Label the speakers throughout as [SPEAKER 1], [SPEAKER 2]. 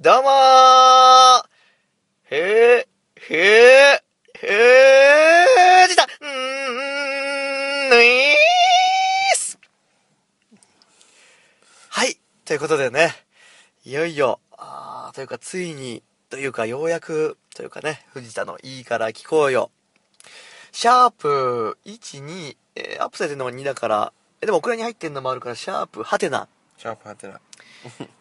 [SPEAKER 1] どうもーへー、へー、へーじたんー、ぬいーすはい、ということでね、いよいよ、あーというかついに、というかようやく、というかね、藤田のいいから聞こうよ。シャープ1、2、えーアップされてるのが2だから、えでもオクラに入ってるのもあるから、シャープ、ハテナ。
[SPEAKER 2] シャープハテナ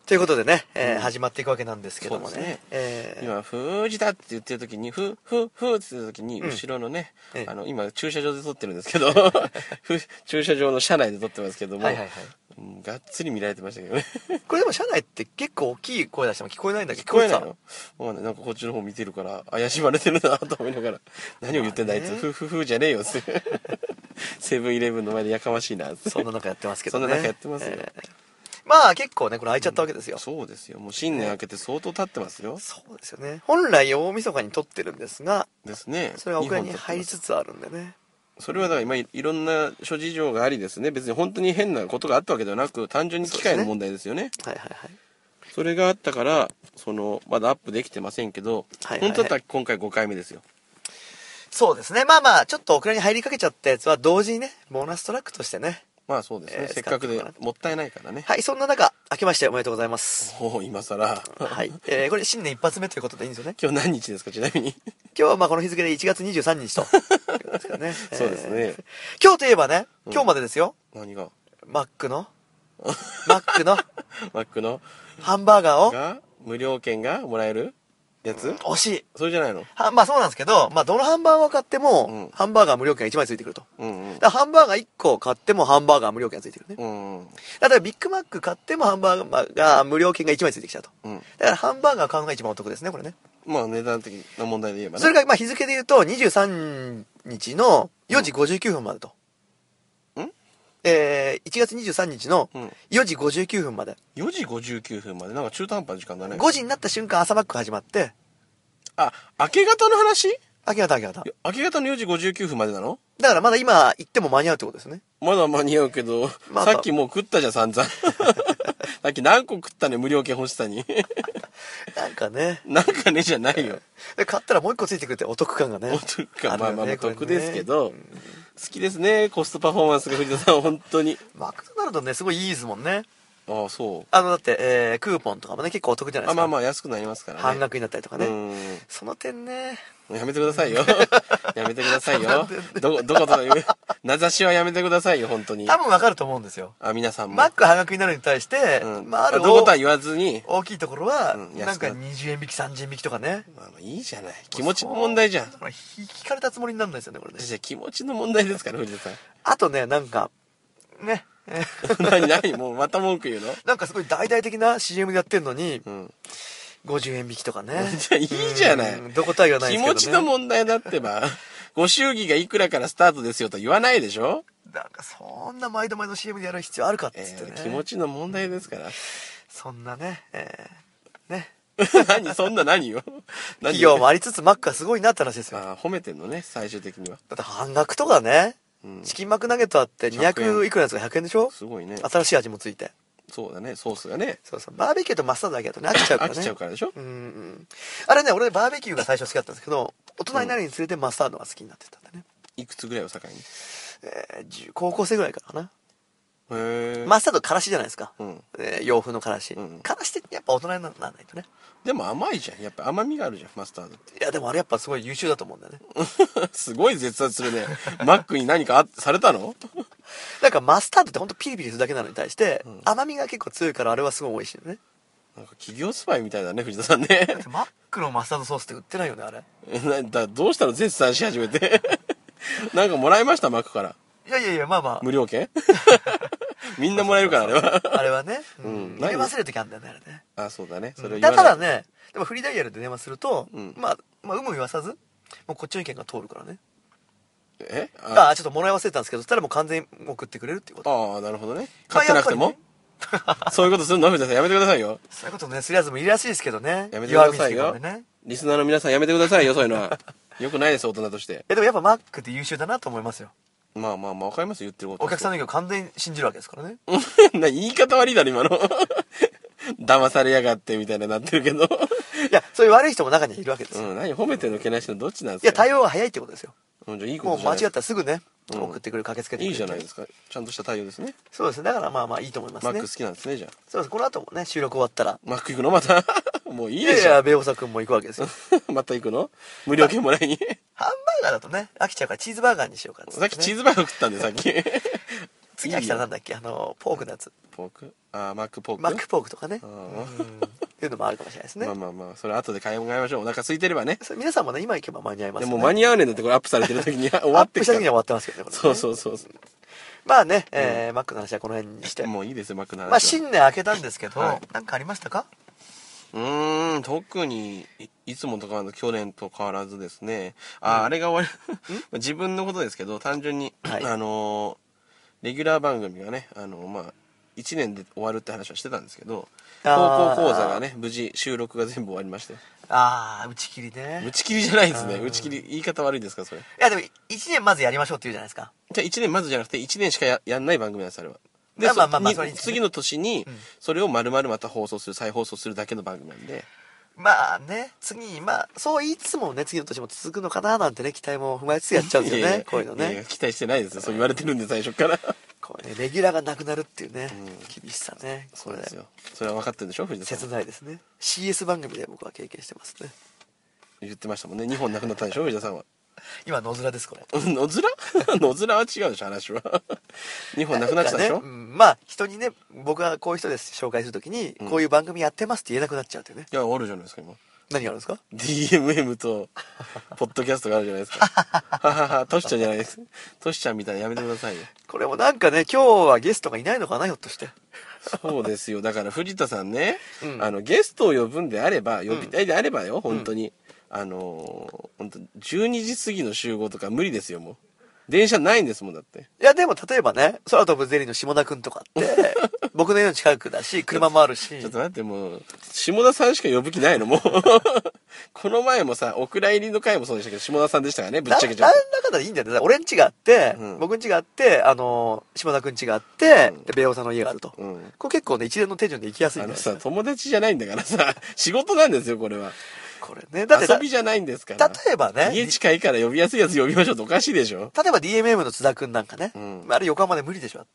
[SPEAKER 1] ということでね、えー
[SPEAKER 2] うん
[SPEAKER 1] 始まっていくわけなんですけどもね。
[SPEAKER 2] そうですね
[SPEAKER 1] えー
[SPEAKER 2] 今「ふーじだ」って言ってる時に「ふふふ」って言ってる時に
[SPEAKER 1] うん
[SPEAKER 2] 後ろのね、
[SPEAKER 1] ええ
[SPEAKER 2] あの今駐車場で撮ってるんですけ どふ駐車場の車内で撮ってますけども、
[SPEAKER 1] はいはいはい。
[SPEAKER 2] うんがっつり見られてましたけどね
[SPEAKER 1] これでも車内って結構大きい声出しても聞こえないんだけ
[SPEAKER 2] 聞
[SPEAKER 1] ど、
[SPEAKER 2] こえないのわかんないなんかこっちの方見てるから怪しまれてるなと思い ながら「何を言ってんだあい
[SPEAKER 1] まあ
[SPEAKER 2] つ
[SPEAKER 1] ね
[SPEAKER 2] ふふふ」じゃねえよって セブンイレブンの前でやかましいなって
[SPEAKER 1] そんな中やってますけどね。
[SPEAKER 2] そんな中やってますよ
[SPEAKER 1] えーまあ結構ね、これ開いちゃったわけですよ。
[SPEAKER 2] そうですよもう新年明けて相当経ってますよ
[SPEAKER 1] そうですよね。本来大晦日に撮ってるんですが、
[SPEAKER 2] ですね
[SPEAKER 1] それがお蔵に
[SPEAKER 2] 二本撮って
[SPEAKER 1] 入
[SPEAKER 2] ま
[SPEAKER 1] り
[SPEAKER 2] す
[SPEAKER 1] つつあるんでね。
[SPEAKER 2] それはだから今いいろんな諸事情がありですね別に本当に変なことがあったわけではなく単純に機械の問題ですよね
[SPEAKER 1] はいはいはい。
[SPEAKER 2] それがあったからそのまだアップできてませんけど、
[SPEAKER 1] はいはいはい
[SPEAKER 2] 本当だったら今回5回目ですよ
[SPEAKER 1] そうですね。まあまあ、ちょっとオクラに入りかけちゃったやつは同時にね、ボーナストラックとしてね。
[SPEAKER 2] まあそうですね、
[SPEAKER 1] えー
[SPEAKER 2] せっかくで
[SPEAKER 1] 使っていこうか
[SPEAKER 2] もったいないからね、
[SPEAKER 1] はい、そんな中、明けましておめでとうございます。
[SPEAKER 2] もう今更
[SPEAKER 1] はい。えー、これ新年一発目ということでいいんですよね。
[SPEAKER 2] 今日何日ですかちなみに
[SPEAKER 1] 今 日はまあこの日付で1月23日と。ですよね
[SPEAKER 2] そうですね
[SPEAKER 1] えー今日といえばね、
[SPEAKER 2] うん
[SPEAKER 1] 今日までですよ。
[SPEAKER 2] 何が
[SPEAKER 1] マックのマックの
[SPEAKER 2] マックの
[SPEAKER 1] ハンバーガーを
[SPEAKER 2] が無料券がもらえるやつ
[SPEAKER 1] 惜しい
[SPEAKER 2] それじゃないの
[SPEAKER 1] はまあそうなんですけど、まあ、どのハンバーガーを買っても、
[SPEAKER 2] うん
[SPEAKER 1] ハンバーガー無料券が1枚ついてくると
[SPEAKER 2] うんうん
[SPEAKER 1] だからハンバーガー1個買ってもハンバーガー無料券がついてくるね
[SPEAKER 2] うんうん
[SPEAKER 1] だからビッグマック買ってもハンバーガーが無料券が1枚ついてきちゃうと
[SPEAKER 2] うん
[SPEAKER 1] だからハンバーガー買うのが一番お得ですねこれね
[SPEAKER 2] まあ値段的な問題で言えばね
[SPEAKER 1] それがまあ日付で言うと23日の4時59分までと、
[SPEAKER 2] うん
[SPEAKER 1] えー、1月23日の
[SPEAKER 2] うん
[SPEAKER 1] 4時59分まで、
[SPEAKER 2] 4時59分までなんか中途半端な時間だね
[SPEAKER 1] 5時になった瞬間朝マック始まって
[SPEAKER 2] あ明け方の話
[SPEAKER 1] 明け方明け方
[SPEAKER 2] 明け方の4時59分までなの
[SPEAKER 1] だからまだ今行っても間に合うってことですね。
[SPEAKER 2] まだ間に合うけど、
[SPEAKER 1] まだ
[SPEAKER 2] さっきもう食ったじゃん、散 々。さっき何個食ったね、無料券欲しさに。
[SPEAKER 1] なんかね。
[SPEAKER 2] なんかね、じゃないよ。
[SPEAKER 1] で買ったらもう一個ついてくるってお得感がね。
[SPEAKER 2] お得か、
[SPEAKER 1] ある
[SPEAKER 2] ま
[SPEAKER 1] よ
[SPEAKER 2] あ
[SPEAKER 1] ね
[SPEAKER 2] まあまあ
[SPEAKER 1] これね
[SPEAKER 2] 得ですけど、好きですね、コストパフォーマンスが藤田さん、本当に。
[SPEAKER 1] マクドナルドね、すごいいいですもんね。
[SPEAKER 2] ああ、そ
[SPEAKER 1] あの、だって、えークーポンとかもね、結構お得じゃ
[SPEAKER 2] う。
[SPEAKER 1] ないで
[SPEAKER 2] あ
[SPEAKER 1] すか。
[SPEAKER 2] まあまあ、安くなりますからね。
[SPEAKER 1] 半額になったりとかね。
[SPEAKER 2] うん
[SPEAKER 1] その点ね。
[SPEAKER 2] やめてくださ いよ。やめてください
[SPEAKER 1] な
[SPEAKER 2] よ
[SPEAKER 1] んで。
[SPEAKER 2] どこ、どことか言う、名指しはやめてくださいよ、本当に
[SPEAKER 1] 多。分わかると思うんですよ。
[SPEAKER 2] あ、皆さんも。
[SPEAKER 1] マック半額になるに対して、
[SPEAKER 2] うん
[SPEAKER 1] まあ、ある
[SPEAKER 2] どことは言わずに、
[SPEAKER 1] 大きいところは、
[SPEAKER 2] うん
[SPEAKER 1] なん
[SPEAKER 2] 安く
[SPEAKER 1] か
[SPEAKER 2] な
[SPEAKER 1] 20円引き、30円引きとかね。
[SPEAKER 2] まあまあいいじゃない。気持ちの問題じゃん。
[SPEAKER 1] これ引かれたつもりにならないですよね、これね。
[SPEAKER 2] じゃあ気持ちの問題ですから、藤田さん。
[SPEAKER 1] あとね、なんか、ね。 えー
[SPEAKER 2] 何何もうまた文句言うの
[SPEAKER 1] なんかすごい大々的な CM でやってるのに、
[SPEAKER 2] うん
[SPEAKER 1] 50円引きとかね
[SPEAKER 2] じゃあ いいじゃない
[SPEAKER 1] うんどことは言わないで
[SPEAKER 2] 気
[SPEAKER 1] すけど、ね、
[SPEAKER 2] 持ちの問題だってば ご祝儀がいくらからスタートですよとは言わないでしょ、
[SPEAKER 1] なんかそんな毎度毎度 CM でやる必要あるかっ
[SPEAKER 2] え
[SPEAKER 1] つってね、
[SPEAKER 2] ー気持ちの問題ですから
[SPEAKER 1] そんなねえーね
[SPEAKER 2] 何そんな何よ何
[SPEAKER 1] 企業もありつつマックはすごいなって話ですよだ
[SPEAKER 2] あー褒めてんのね最終的には
[SPEAKER 1] って半額とかね、
[SPEAKER 2] うん
[SPEAKER 1] チキンマックナゲットあって
[SPEAKER 2] 100
[SPEAKER 1] 200いくらのやつが100円でしょ
[SPEAKER 2] すごいね
[SPEAKER 1] 新しい味もついて
[SPEAKER 2] そうだねソースがね
[SPEAKER 1] そうそうバーベキューとマスタードだけだ とね飽きちゃうから
[SPEAKER 2] 飽
[SPEAKER 1] ね
[SPEAKER 2] きちゃうからでしょ、
[SPEAKER 1] うんうんあれね俺バーベキューが最初好きだったんですけど大人になるにつれてマスタードが好きになってったんだね、
[SPEAKER 2] いくつぐらいを境にへ
[SPEAKER 1] えー10高校生ぐらいからかな
[SPEAKER 2] え、
[SPEAKER 1] マスタードからしじゃないですか、
[SPEAKER 2] うん
[SPEAKER 1] えー洋風のからし、
[SPEAKER 2] うん
[SPEAKER 1] からしってやっぱ大人にならないとね
[SPEAKER 2] でも甘いじゃんやっぱ甘みがあるじゃんマスタードって
[SPEAKER 1] いやでもあれやっぱすごい優秀だと思うんだよね
[SPEAKER 2] すごい絶賛するねマックに何かあされたの
[SPEAKER 1] なんかマスタードってほんとピリピリするだけなのに対して、甘みが結構強いからあれはすごい美味しいよね
[SPEAKER 2] なんか企業スパイみたいだね藤田さんね
[SPEAKER 1] だってマックのマスタードソースって売ってないよねあれ
[SPEAKER 2] えなだどうしたの絶賛し始めて なんかもらいましたマックから
[SPEAKER 1] いやいやいやまあまあ
[SPEAKER 2] 無料券 みんなもらえるからあれは
[SPEAKER 1] あれはね、う
[SPEAKER 2] うん
[SPEAKER 1] ん、入
[SPEAKER 2] ない
[SPEAKER 1] れ
[SPEAKER 2] よ
[SPEAKER 1] 忘れる時あるんだよねあれね
[SPEAKER 2] あそうだねそれを
[SPEAKER 1] うん
[SPEAKER 2] 言わ
[SPEAKER 1] だ
[SPEAKER 2] ない
[SPEAKER 1] からねでもフリーダイヤルで電話すると、
[SPEAKER 2] うん
[SPEAKER 1] まあ、まあ有無言わさずもうこっちの意見が通るからね
[SPEAKER 2] えあ
[SPEAKER 1] ああちょっともらい忘れたんですけどそしたらもう完全に送ってくれるっていうこと
[SPEAKER 2] ああなるほどね
[SPEAKER 1] まあ
[SPEAKER 2] 買ってなくて
[SPEAKER 1] やっ
[SPEAKER 2] も、そういうことするの藤田さんやめてくださいよ
[SPEAKER 1] そういうことねするやつもいるらしいですけどね
[SPEAKER 2] やめてください
[SPEAKER 1] 弱
[SPEAKER 2] よ、
[SPEAKER 1] みつけ込んでね
[SPEAKER 2] リスナーの皆さんやめてくださいよそういうのはよくないです大人として
[SPEAKER 1] えでもやっぱマックって優秀だなと思いますよ
[SPEAKER 2] まあまあまあわかりますよ言ってること
[SPEAKER 1] お客さんの意見を完全に信じるわけですからね
[SPEAKER 2] んな言い方悪いだろ今の 騙されやがってみたいになってる けど。
[SPEAKER 1] いや、そういう悪い人も中にはいるわけです
[SPEAKER 2] う
[SPEAKER 1] よ。
[SPEAKER 2] ん、何褒めてんのけなしのどっちなん
[SPEAKER 1] い
[SPEAKER 2] で
[SPEAKER 1] や、
[SPEAKER 2] すか
[SPEAKER 1] 対応が早いってことですよ。
[SPEAKER 2] うんじゃあいいこ
[SPEAKER 1] も
[SPEAKER 2] と
[SPEAKER 1] う
[SPEAKER 2] じゃ
[SPEAKER 1] 間
[SPEAKER 2] な
[SPEAKER 1] 違
[SPEAKER 2] い
[SPEAKER 1] ったらすぐね、
[SPEAKER 2] うん
[SPEAKER 1] 送ってくる、駆けつけてくる。
[SPEAKER 2] いいじゃないですか。ちゃんとした対応ですね。
[SPEAKER 1] そうですね。だからまあまあいいと思います
[SPEAKER 2] マ
[SPEAKER 1] ね。
[SPEAKER 2] ック好きなんですね、じゃあ。
[SPEAKER 1] そうです。この後もね、収録終わったら。
[SPEAKER 2] マック行くのまた。 もうい
[SPEAKER 1] い
[SPEAKER 2] いで
[SPEAKER 1] やい
[SPEAKER 2] しょ
[SPEAKER 1] や、。ベオサ君も行くわけですよ。
[SPEAKER 2] また行くの無料券もらいに。
[SPEAKER 1] ハンバーガーだとね、飽きちゃうからチーズバーガーにしようかっつって
[SPEAKER 2] さ
[SPEAKER 1] ね
[SPEAKER 2] っきチーズバーガー食ったんで、さっき。
[SPEAKER 1] 次飽きたらなん
[SPEAKER 2] いいよ
[SPEAKER 1] だっけあの、ポークのやつ。
[SPEAKER 2] ポークあー、マックポーク。
[SPEAKER 1] マックポークとかね。
[SPEAKER 2] う
[SPEAKER 1] うんんいうのもあるかもしれないですね
[SPEAKER 2] まあ。まあまあ、それ後で買い物買いましょう。お腹空いてればね。
[SPEAKER 1] そう皆さんもね、今行けば間に合いますよ
[SPEAKER 2] でも
[SPEAKER 1] ね。
[SPEAKER 2] う間に合わねえんだって、これアップされてる時に終わ
[SPEAKER 1] アッ
[SPEAKER 2] っ
[SPEAKER 1] プ
[SPEAKER 2] てっ
[SPEAKER 1] した
[SPEAKER 2] か
[SPEAKER 1] 時には終
[SPEAKER 2] ら。
[SPEAKER 1] わってますけどね、これね
[SPEAKER 2] そうそうそうそ
[SPEAKER 1] まあね、えーマックの話はこの辺にして
[SPEAKER 2] う。。もういいですよ、マックの話は。
[SPEAKER 1] まあ、新年明けたんですけど、
[SPEAKER 2] はい
[SPEAKER 1] なんかありましたか
[SPEAKER 2] うーん、特にい、いつもと変わらず、去年と変わらずですね。あ、あれが終わり、 自分のことですけど、単純に、
[SPEAKER 1] はい
[SPEAKER 2] あのーレギュラー番組がね、あのーまあ、1年で終わるって話はしてたんですけど、
[SPEAKER 1] あー
[SPEAKER 2] 高校講座がね、無事収録が全部終わりまして。
[SPEAKER 1] ああ、打ち切り
[SPEAKER 2] 打
[SPEAKER 1] ね。
[SPEAKER 2] ち切りじゃないですね。
[SPEAKER 1] あー
[SPEAKER 2] 打ち切り、言い方悪いですか、それ。
[SPEAKER 1] いや、でも、1年まずやりましょうって言うじゃないですか。
[SPEAKER 2] じゃあ1年まずじゃなくて1年しかややんない番組なんですあれはで
[SPEAKER 1] まあまあまあまあ
[SPEAKER 2] そ
[SPEAKER 1] それ
[SPEAKER 2] に
[SPEAKER 1] いいですね
[SPEAKER 2] 次の年にそれを丸々また放送する再放送するだけの番組なんで
[SPEAKER 1] まあね、次、まあ、そういつもね、次の年も続くのかななんてね、期待も踏まえつつやっちゃうんですよ
[SPEAKER 2] いやい
[SPEAKER 1] ね
[SPEAKER 2] や、
[SPEAKER 1] こういうの
[SPEAKER 2] いやや
[SPEAKER 1] ね。
[SPEAKER 2] 期待してないですよそう言われてるんで最初から
[SPEAKER 1] こうね、レギュラーがなくなるっていうね、厳しさね。
[SPEAKER 2] そうですよそれは分かってるでしょ藤田さ
[SPEAKER 1] 切
[SPEAKER 2] ん
[SPEAKER 1] ないですね CS 番組で僕は経験してますね
[SPEAKER 2] 言ってましたもんね2本なくなったでしょ藤田さんは
[SPEAKER 1] 今野面ですこれ
[SPEAKER 2] うん野 面野面は違うでしょ話は2本なくなってたでし
[SPEAKER 1] な
[SPEAKER 2] ょ、
[SPEAKER 1] んかねうんまあ人にね僕がこういう人です紹介するときに、
[SPEAKER 2] ん
[SPEAKER 1] こういう番組やってますって言えなくなっちゃうというね
[SPEAKER 2] いやあるじゃないですか今
[SPEAKER 1] 何があるんですか
[SPEAKER 2] DMM とポッドキャストがあるじゃないですかはははトシちゃんじゃないですトシちゃんみたいなのやめてくださいよ
[SPEAKER 1] これもなんかね今日はゲストがいないのかなひょっとして
[SPEAKER 2] そうで すよ。だから藤田さんね、
[SPEAKER 1] うん
[SPEAKER 2] あの、ゲストを呼ぶんであれば、呼びたいであればよ、本当に。あのー、本当12時過ぎの集合とか無理ですよ、もう。電車ないんですもん、だって。
[SPEAKER 1] いやでも例えばね空飛ぶゼリーの下田くんとかって 僕の家の近くだし車もあるし
[SPEAKER 2] ちょっと待って、もう、下田さんしか呼ぶ気ない の、もう。この前もさ、お蔵入りの回もそうでしたけど、下田さんでしたからね、ぶっ
[SPEAKER 1] な
[SPEAKER 2] ちゃ
[SPEAKER 1] なん
[SPEAKER 2] けちゃ
[SPEAKER 1] だ
[SPEAKER 2] う
[SPEAKER 1] かんだでいいんだよね俺ん家があって、
[SPEAKER 2] うん
[SPEAKER 1] 僕ん家があってあのー下田くん家があって、
[SPEAKER 2] うん
[SPEAKER 1] でベオさんの家があると、
[SPEAKER 2] と。うん。
[SPEAKER 1] これ結構ね一連の手順で行きやすい
[SPEAKER 2] あ
[SPEAKER 1] ん
[SPEAKER 2] の
[SPEAKER 1] です
[SPEAKER 2] さ、友達じゃないんだからさ、仕事なんですよ、これは。
[SPEAKER 1] これねだって
[SPEAKER 2] 遊
[SPEAKER 1] だ
[SPEAKER 2] びじゃないんですから。
[SPEAKER 1] 例えばね
[SPEAKER 2] 家近いから呼びやすいやつ呼びましょうっておかしいでしょ
[SPEAKER 1] 例えば DMM の津田くんなんかね、
[SPEAKER 2] うん
[SPEAKER 1] あれ横浜で無理でしょだっ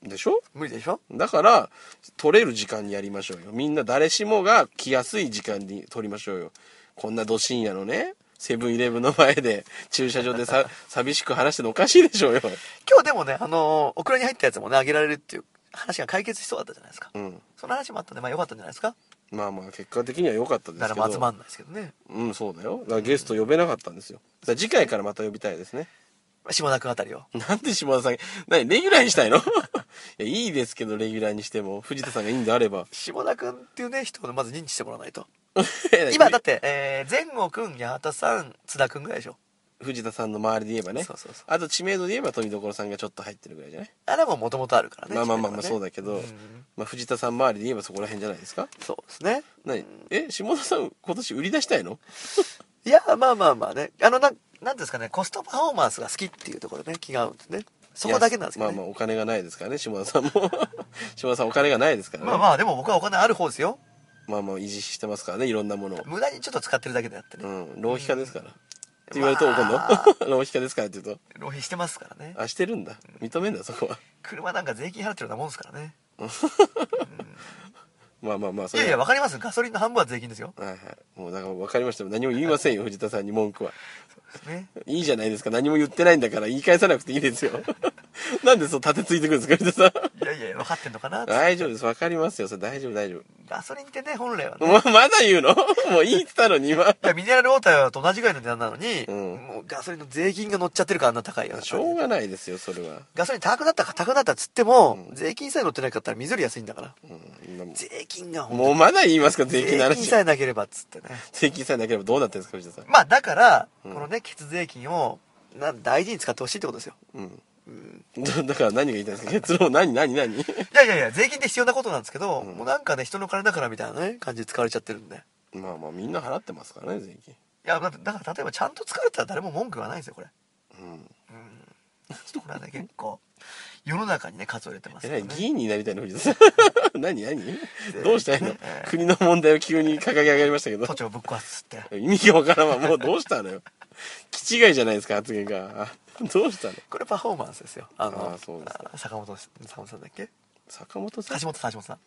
[SPEAKER 1] て
[SPEAKER 2] でしょ
[SPEAKER 1] 無理でしょ
[SPEAKER 2] だから、取れる時間にやりましょうよ。みんな誰しもが来やすい時間に取りましょうよ。こんなど深夜のね、セブンイレブンの前で、駐車場で さ、寂しく話してるのおかしいでしょうよ。
[SPEAKER 1] 今日でもねあのーオクラに入ったやつもねあげられるっていう話が解決しそうだったじゃないですか、
[SPEAKER 2] うん。
[SPEAKER 1] その話もあったんでまあよかったんじゃないですか
[SPEAKER 2] まあまあ、結果的には良かったですけ
[SPEAKER 1] 誰
[SPEAKER 2] ど。
[SPEAKER 1] も集まんないですけどね
[SPEAKER 2] うん、そうだよ。だからゲスト呼べなかったんですよ。だから次回からまた呼びたいですね。
[SPEAKER 1] 下田くんあたりを
[SPEAKER 2] なんで島田さん、何、レギュラーにしたいの いや、いいですけど、レギュラーにしても。藤田さんがいいんであれば。
[SPEAKER 1] 下田くんっていうね人をまず認知してもらわないと今だって、えー、前後くん八幡さん津田くんぐらいでしょ
[SPEAKER 2] 藤田さんの周りで言えばね
[SPEAKER 1] そうそうそう
[SPEAKER 2] あと知名度で言えば富所さんがちょっと入ってるぐらいじゃない、
[SPEAKER 1] あれはもともとあるからね
[SPEAKER 2] まあまあまあまあ
[SPEAKER 1] 知名
[SPEAKER 2] そう
[SPEAKER 1] 度が
[SPEAKER 2] だ
[SPEAKER 1] ね
[SPEAKER 2] けど、
[SPEAKER 1] ん
[SPEAKER 2] まあ、藤田さん周りで言えばそこら辺じゃないですか
[SPEAKER 1] そうですね
[SPEAKER 2] 何え下田さん今年売り出したいの
[SPEAKER 1] いやまあまあまあねあのなんなんですかねコストパフォーマンスが好きっていうところね気が合うんですねそこだけなんですけど、
[SPEAKER 2] い
[SPEAKER 1] ね
[SPEAKER 2] やまあまあお金がないですからね下田さんも 下田さんお金がないですからね
[SPEAKER 1] まあまあでも僕はお金ある方ですよ
[SPEAKER 2] まあまあ維持してますからねいろんなものを、
[SPEAKER 1] 無駄にちょっと使ってるだけであってね、
[SPEAKER 2] うん、浪費家ですから、って言われると怒るの、
[SPEAKER 1] まあ
[SPEAKER 2] 浪費家ですからって言う
[SPEAKER 1] 浪費してますからね
[SPEAKER 2] とあしてるんだ認めんだそこは
[SPEAKER 1] 車なんか税金払ってるようなもんですからね
[SPEAKER 2] まあまあまあそ
[SPEAKER 1] い
[SPEAKER 2] れ
[SPEAKER 1] や
[SPEAKER 2] はい
[SPEAKER 1] やわかりますガソリンの半分は税金ですよ、
[SPEAKER 2] はいはいもうだから分かりましたよ何も言いませんよ藤田さんに文句は
[SPEAKER 1] ね、
[SPEAKER 2] いいじゃないですか。何も言ってないんだから言い返さなくていいですよ。 なんでそう立てついてくるんですか、藤田さ
[SPEAKER 1] い
[SPEAKER 2] ん。
[SPEAKER 1] やいや分かってんのかなって
[SPEAKER 2] 大丈夫です。わかりますよ。それ大丈夫、大丈夫。
[SPEAKER 1] ガソリンってね本来はね
[SPEAKER 2] ま、まだ言うの もういいって言ったのに今。
[SPEAKER 1] いやミネラルウォーターと同じぐらいの値段なのに、
[SPEAKER 2] うん
[SPEAKER 1] もうガソリンの税金が乗っちゃってるからあんな高いよ
[SPEAKER 2] しょうがないですよ、それは。
[SPEAKER 1] ガソリン高くなったか高くなったっつっても、税金さえ乗ってなかったら水より安いんだから
[SPEAKER 2] うん
[SPEAKER 1] 税金が本当に
[SPEAKER 2] もうまだ言いますか、税金の
[SPEAKER 1] 税金
[SPEAKER 2] 話
[SPEAKER 1] さ。えなければっつってね
[SPEAKER 2] 税金さえなければどうなってるんですか、藤田さん。
[SPEAKER 1] まあだから、
[SPEAKER 2] うん
[SPEAKER 1] このね血税金をな大事に使ってほしいってことですよ
[SPEAKER 2] うん。だだから何が言いたいんですか結論、何、何、何
[SPEAKER 1] いやいやいや税金って必要なことなんですけど、
[SPEAKER 2] うん
[SPEAKER 1] もうなんかね人の金だからみたいなね感じで使われちゃってるんでい
[SPEAKER 2] まあまあ、みんな払ってますからね、税金。
[SPEAKER 1] やだってだから例えば ちゃんと使われたら誰も文句はないんですよこれ
[SPEAKER 2] うん。
[SPEAKER 1] ちょっとこれはね結構世の中にね、数を入れてます
[SPEAKER 2] え
[SPEAKER 1] からら
[SPEAKER 2] い
[SPEAKER 1] ね。
[SPEAKER 2] 議員になりたいの藤田さん 何何
[SPEAKER 1] 然
[SPEAKER 2] どうしたいの
[SPEAKER 1] ええ
[SPEAKER 2] 国の問題を急に掲げ上がりましたけど
[SPEAKER 1] 土地をぶっ壊すって。
[SPEAKER 2] 意味がわからんわもうどうしたのよ気違いじゃないですか発言があどうしたの
[SPEAKER 1] これパフォーマンスですよ。あの、
[SPEAKER 2] あーそうです
[SPEAKER 1] あ坂本、坂本さんだっけ
[SPEAKER 2] 坂本さ
[SPEAKER 1] 橋
[SPEAKER 2] ん
[SPEAKER 1] 本さん、橋本さん。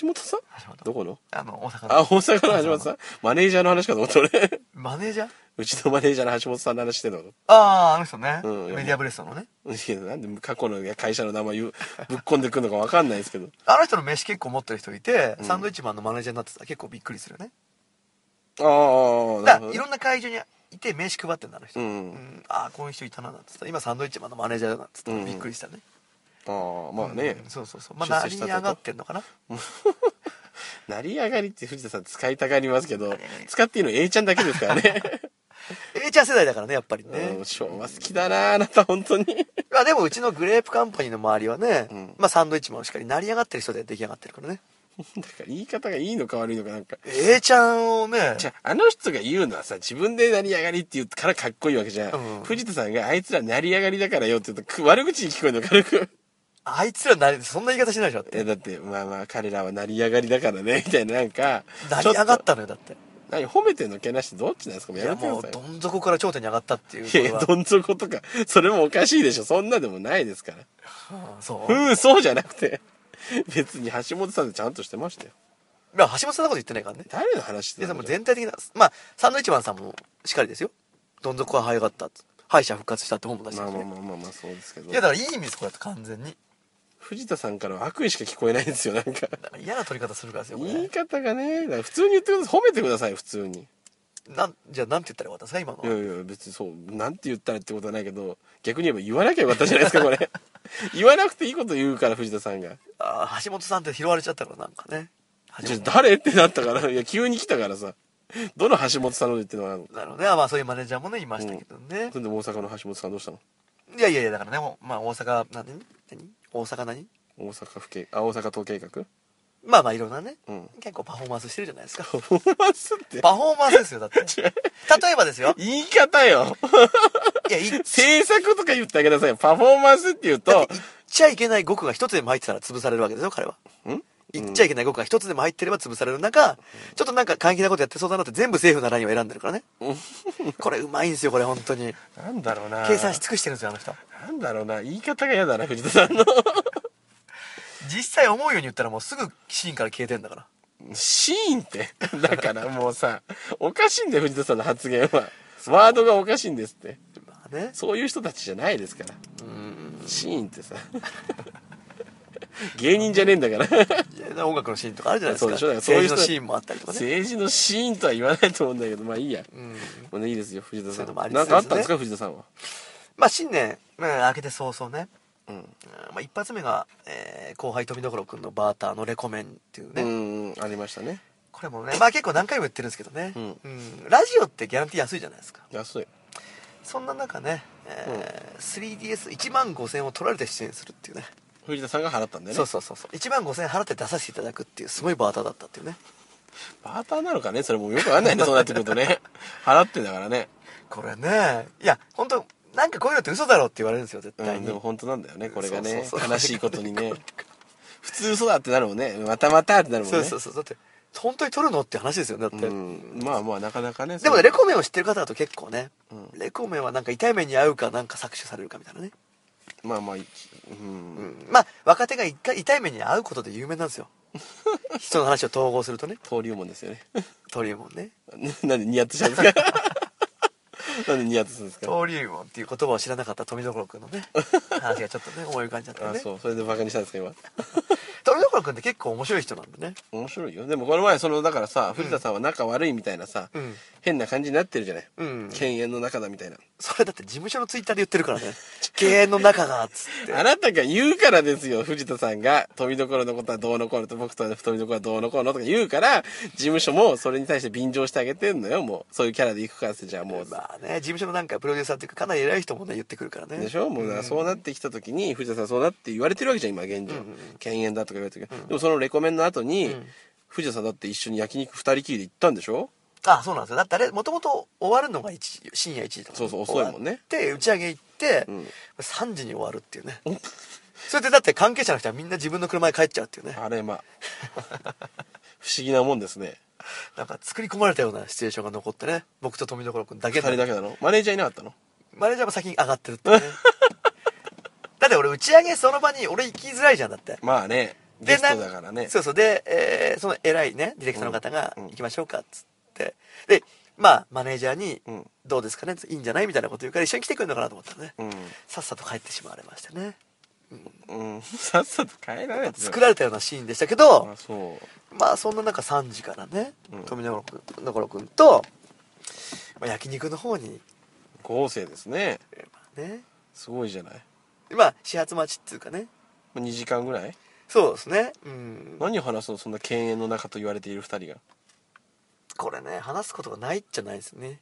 [SPEAKER 2] 橋本さん
[SPEAKER 1] 橋本。
[SPEAKER 2] どこの
[SPEAKER 1] あの、大阪の。
[SPEAKER 2] あ大阪の橋本さんマネージャーの話かと思った俺
[SPEAKER 1] マネージャー
[SPEAKER 2] うちのマネージャーの橋本さんの話してんの
[SPEAKER 1] ああ、あの人ね。
[SPEAKER 2] うん
[SPEAKER 1] メディアブレストのね。
[SPEAKER 2] いやなんで過去の会社の名前言うぶっ込んでくるのかわかんないですけど
[SPEAKER 1] あの人の飯結構持ってる人いて、サンドイッチマンのマネージャーになってたら結構びっくりするよね。
[SPEAKER 2] ああな
[SPEAKER 1] だから
[SPEAKER 2] るほど
[SPEAKER 1] いろんな会場にいて名刺配ってんだあの人、
[SPEAKER 2] うん
[SPEAKER 1] ああこういう人いたななんつった今サンドイッチマンのマネージャーだなんつったら
[SPEAKER 2] うん
[SPEAKER 1] びっくりしたね、
[SPEAKER 2] ああまあね、
[SPEAKER 1] うんそうそうそうまあ
[SPEAKER 2] 出
[SPEAKER 1] 成
[SPEAKER 2] 世
[SPEAKER 1] り
[SPEAKER 2] し
[SPEAKER 1] に
[SPEAKER 2] たと
[SPEAKER 1] 上がってんのかな
[SPEAKER 2] 成り上がりって藤田さん使いたがりますけど
[SPEAKER 1] り上がり
[SPEAKER 2] 使っていいの A ちゃんだけですから ね
[SPEAKER 1] A ちゃん世代だからねやっぱりね
[SPEAKER 2] うん昭和好きだなあなた本当に
[SPEAKER 1] まあでもうちのグレープカンパニーの周りはね、
[SPEAKER 2] うん
[SPEAKER 1] まあサンドイッチマンをしっかり成り上がってる人で出来上がってるからね
[SPEAKER 2] だから言い方がいいのか悪いのかなんか
[SPEAKER 1] A ちゃんをね
[SPEAKER 2] じゃああの人が言うのはさ自分で成り上がりって言うからかっこいいわけじゃん、
[SPEAKER 1] うん
[SPEAKER 2] 藤田さんがあいつら成り上がりだからよって言うとく悪口に聞こえるの軽く
[SPEAKER 1] あいつらなりそんな言い方しないでしょだって
[SPEAKER 2] えだって まあまあ彼らは成り上がりだからねみたいななんか
[SPEAKER 1] 成り上がっ
[SPEAKER 2] ちょと
[SPEAKER 1] たのよだって
[SPEAKER 2] 何褒めてんのけなしてどっちなんですかもう
[SPEAKER 1] い
[SPEAKER 2] や
[SPEAKER 1] や
[SPEAKER 2] めて
[SPEAKER 1] も
[SPEAKER 2] く
[SPEAKER 1] う
[SPEAKER 2] だ
[SPEAKER 1] ど
[SPEAKER 2] さ
[SPEAKER 1] ん底から頂点に上がったっていう
[SPEAKER 2] いいやい
[SPEAKER 1] こ
[SPEAKER 2] や
[SPEAKER 1] れは
[SPEAKER 2] どん底とかそれもおかしいでしょそんなでもないですから
[SPEAKER 1] うんそう
[SPEAKER 2] うんそうじゃなくて別に橋本さんでちゃんとしてましたよ
[SPEAKER 1] まあ橋本さんのこと言ってないからね
[SPEAKER 2] 誰の話して
[SPEAKER 1] で
[SPEAKER 2] た
[SPEAKER 1] で
[SPEAKER 2] の
[SPEAKER 1] も全体的なまあサンドイッチマンさんもしっかりですよどん底は早かったっつ敗者復活したって本も出して
[SPEAKER 2] まあ
[SPEAKER 1] るし
[SPEAKER 2] まあ
[SPEAKER 1] ね
[SPEAKER 2] まあまあまあそうですけど
[SPEAKER 1] いやだからいい意味ですこれだと完全に
[SPEAKER 2] 藤田さんからは悪意しか聞こえないんですよなんか
[SPEAKER 1] だから嫌な取り方するからですよこ
[SPEAKER 2] 言
[SPEAKER 1] れ
[SPEAKER 2] い方がねだから普通に言ってください褒めてください普通に
[SPEAKER 1] なんじゃあなんて言ったらよかったんですか今の
[SPEAKER 2] いやいや別にそうなんて言ったらってことはないけど逆に言えば言わなきゃよかったじゃないですかこ れ言わなくていいこと言うから藤田さんが
[SPEAKER 1] あー橋本さんって拾われちゃったからなんかね
[SPEAKER 2] じゃあ
[SPEAKER 1] 橋本
[SPEAKER 2] 誰ってなったからいや急に来たからさどの橋本さんのこと言ってんのかな
[SPEAKER 1] なのでまあそういうマネージャーもねいましたけどね
[SPEAKER 2] そ、れで大阪の橋本さんどうしたの
[SPEAKER 1] いやいやいやだからねもうまあ大阪何何大阪何
[SPEAKER 2] 大阪府警あ大阪都計画
[SPEAKER 1] まあまあいろんなね、
[SPEAKER 2] うん
[SPEAKER 1] 結構パフォーマンスしてるじゃないですか
[SPEAKER 2] パフォーマンスって
[SPEAKER 1] パフォーマンスですよ だって例えばですよ
[SPEAKER 2] 言い方よ
[SPEAKER 1] いや言っ
[SPEAKER 2] 制作とか言ってあげなさいよパフォーマンスって言うと
[SPEAKER 1] ちゃいけない語句が一つでも入ってたら潰されるわけですよ彼は
[SPEAKER 2] ん
[SPEAKER 1] 言っちゃいけない語句が一つでも入ってれば潰される中、ちょっとなんか過激なことやってそうだなって全部政府のラインを選んでるからね。これうまいんですよ、これ本 当に。
[SPEAKER 2] なんだろうな
[SPEAKER 1] 計算し尽くしてるんですよ、あの人。
[SPEAKER 2] なんだろうな言い方が嫌だな藤田さんの
[SPEAKER 1] 実際思うように言ったらもうすぐシーンから消えてんだから。
[SPEAKER 2] シーンってだからもうさおかしいんだよ藤田さんの発言はワードがおかしいんですって
[SPEAKER 1] まあね。
[SPEAKER 2] そういう人たちじゃないですからシーンって さ芸人じゃねえんだから
[SPEAKER 1] いや音楽のシーンとかあるじゃないですか。
[SPEAKER 2] そうでしょだからそういう
[SPEAKER 1] 政治
[SPEAKER 2] 人
[SPEAKER 1] のシーンもあったりとかね。
[SPEAKER 2] 政治のシーンとは言わないと思うんだけどまあいいや、
[SPEAKER 1] ん
[SPEAKER 2] もうねいいですよ藤田さ
[SPEAKER 1] そういうの
[SPEAKER 2] ん
[SPEAKER 1] もあ
[SPEAKER 2] 何、
[SPEAKER 1] りつつ
[SPEAKER 2] なんかあったんですか藤田さんは
[SPEAKER 1] まあ新年、まあ、明けて早々ね。
[SPEAKER 2] うん
[SPEAKER 1] うんまあ、一発目が、えー後輩富所君のバーターのレコメンっていうね、
[SPEAKER 2] うんうんありましたね
[SPEAKER 1] これもねまあ結構何回も言ってるんですけどね、
[SPEAKER 2] うん
[SPEAKER 1] うんラジオってギャランティー安いじゃないですか
[SPEAKER 2] 安い
[SPEAKER 1] そんな中ね、えー 3DS1 万5000円を取られて出演するっていうね
[SPEAKER 2] 藤田さんが払ったんだよね
[SPEAKER 1] そうそうそうそう1万5000円払って出させていただくっていうすごいバーターだったっていうね
[SPEAKER 2] バーターなのかねそれもうよくわかんないねそうなってくると ね払ってんだからね、
[SPEAKER 1] これねいや本当なんかこういうのって嘘だろって言われるんですよ絶
[SPEAKER 2] う
[SPEAKER 1] 対
[SPEAKER 2] ん、
[SPEAKER 1] に、
[SPEAKER 2] でも本当なんだよねこれがね
[SPEAKER 1] そうそうそう
[SPEAKER 2] 悲しいことにね普通嘘だってなるもんねまたまたってなるもんね
[SPEAKER 1] そうそうそうだって本当に取るのって話ですよねだって、
[SPEAKER 2] うん、まあまあなかなかね
[SPEAKER 1] でも
[SPEAKER 2] そ
[SPEAKER 1] ね
[SPEAKER 2] う
[SPEAKER 1] レコメンを知ってる方だと結構ね、
[SPEAKER 2] うん
[SPEAKER 1] レコメンはなんか痛い目に遭うかなんか搾取されるかみたいなね、
[SPEAKER 2] まあまあ、うん
[SPEAKER 1] うんまあ若手が一回痛い目に遭うことで有名なん ですよ人の話を統合するとね
[SPEAKER 2] 登竜門ですよね
[SPEAKER 1] 登竜門ね
[SPEAKER 2] なんでニヤッとしたんですか なんでニヤッとするんですか
[SPEAKER 1] 登竜門っていう言葉を知らなかった富所君の ね話がちょっとね思い浮かんじゃった
[SPEAKER 2] あ
[SPEAKER 1] ね
[SPEAKER 2] そうそれでバカにしたんですか今
[SPEAKER 1] 富所君って結構面白い人なんでね
[SPEAKER 2] 面白いよでもこの前そのだからさ藤田さんは仲悪いみたいなさ、
[SPEAKER 1] うん
[SPEAKER 2] 変な感じになってるじゃない、
[SPEAKER 1] うん
[SPEAKER 2] 犬猿の仲だみたいな
[SPEAKER 1] それだって事務所のツイッターで言ってるから ね経営の中がっつって
[SPEAKER 2] あなたが言うからですよ、藤田さんが、富所のことはどうのこうのと、僕と富所はどうのこうのとか言うから、事務所もそれに対して便乗してあげてんのよ、もう。そういうキャラで行くからって、じゃあもう。
[SPEAKER 1] まあね事務所のなんかプロデューサーっていうかかなり偉い人もね言ってくるからね
[SPEAKER 2] でしょもうだからそうなってきた時に、藤田さんそうなって言われてるわけじゃん、今現状。犬猿だとか言われてるけど。でもそのレコメンの後に、藤田さんだって一緒に焼肉二人きりで行ったんでしょ
[SPEAKER 1] あそうなんですよだってあれもともと終わるのが一時深夜1時とか
[SPEAKER 2] そうそう遅いもんね
[SPEAKER 1] で打ち上げ行って、
[SPEAKER 2] うん
[SPEAKER 1] 3時に終わるっていうねそれでだって関係者の人はみんな自分の車に帰っちゃうっていうね
[SPEAKER 2] あれまあ不思議なもんですね
[SPEAKER 1] なんか作り込まれたようなシチュエーションが残ってね僕と富所君だけ
[SPEAKER 2] 2
[SPEAKER 1] の
[SPEAKER 2] 人だけなのマネージャーいなかったの
[SPEAKER 1] マネージャーも先に上がってるって いうねだって俺打ち上げその場に俺行きづらいじゃんだって
[SPEAKER 2] まあねゲストだから
[SPEAKER 1] なん
[SPEAKER 2] ね
[SPEAKER 1] そうそうで、えーその偉いねディレクターの方が「
[SPEAKER 2] うんうん
[SPEAKER 1] 行きましょうか」っつってでまあマネージャーに
[SPEAKER 2] うん
[SPEAKER 1] 「どうですかねいいんじゃない?」みたいなこと言うから一緒に来てくれるのかなと思ったらね、
[SPEAKER 2] うん
[SPEAKER 1] さっさと帰ってしまわれましたね
[SPEAKER 2] うんさっさと帰らないと
[SPEAKER 1] 作られたようなシーンでしたけど、
[SPEAKER 2] あそう
[SPEAKER 1] まあそんな中3時からね、
[SPEAKER 2] うん
[SPEAKER 1] 富永君永君と、まあ、焼肉の方に、
[SPEAKER 2] 合成ですね
[SPEAKER 1] えーまあね
[SPEAKER 2] すごいじゃない
[SPEAKER 1] まあ始発待ちっていうかね
[SPEAKER 2] 2時間ぐらい
[SPEAKER 1] そうですねうん
[SPEAKER 2] 何を話すのそんな犬猿の中と言われている2人が
[SPEAKER 1] これね話すことがないじゃないですね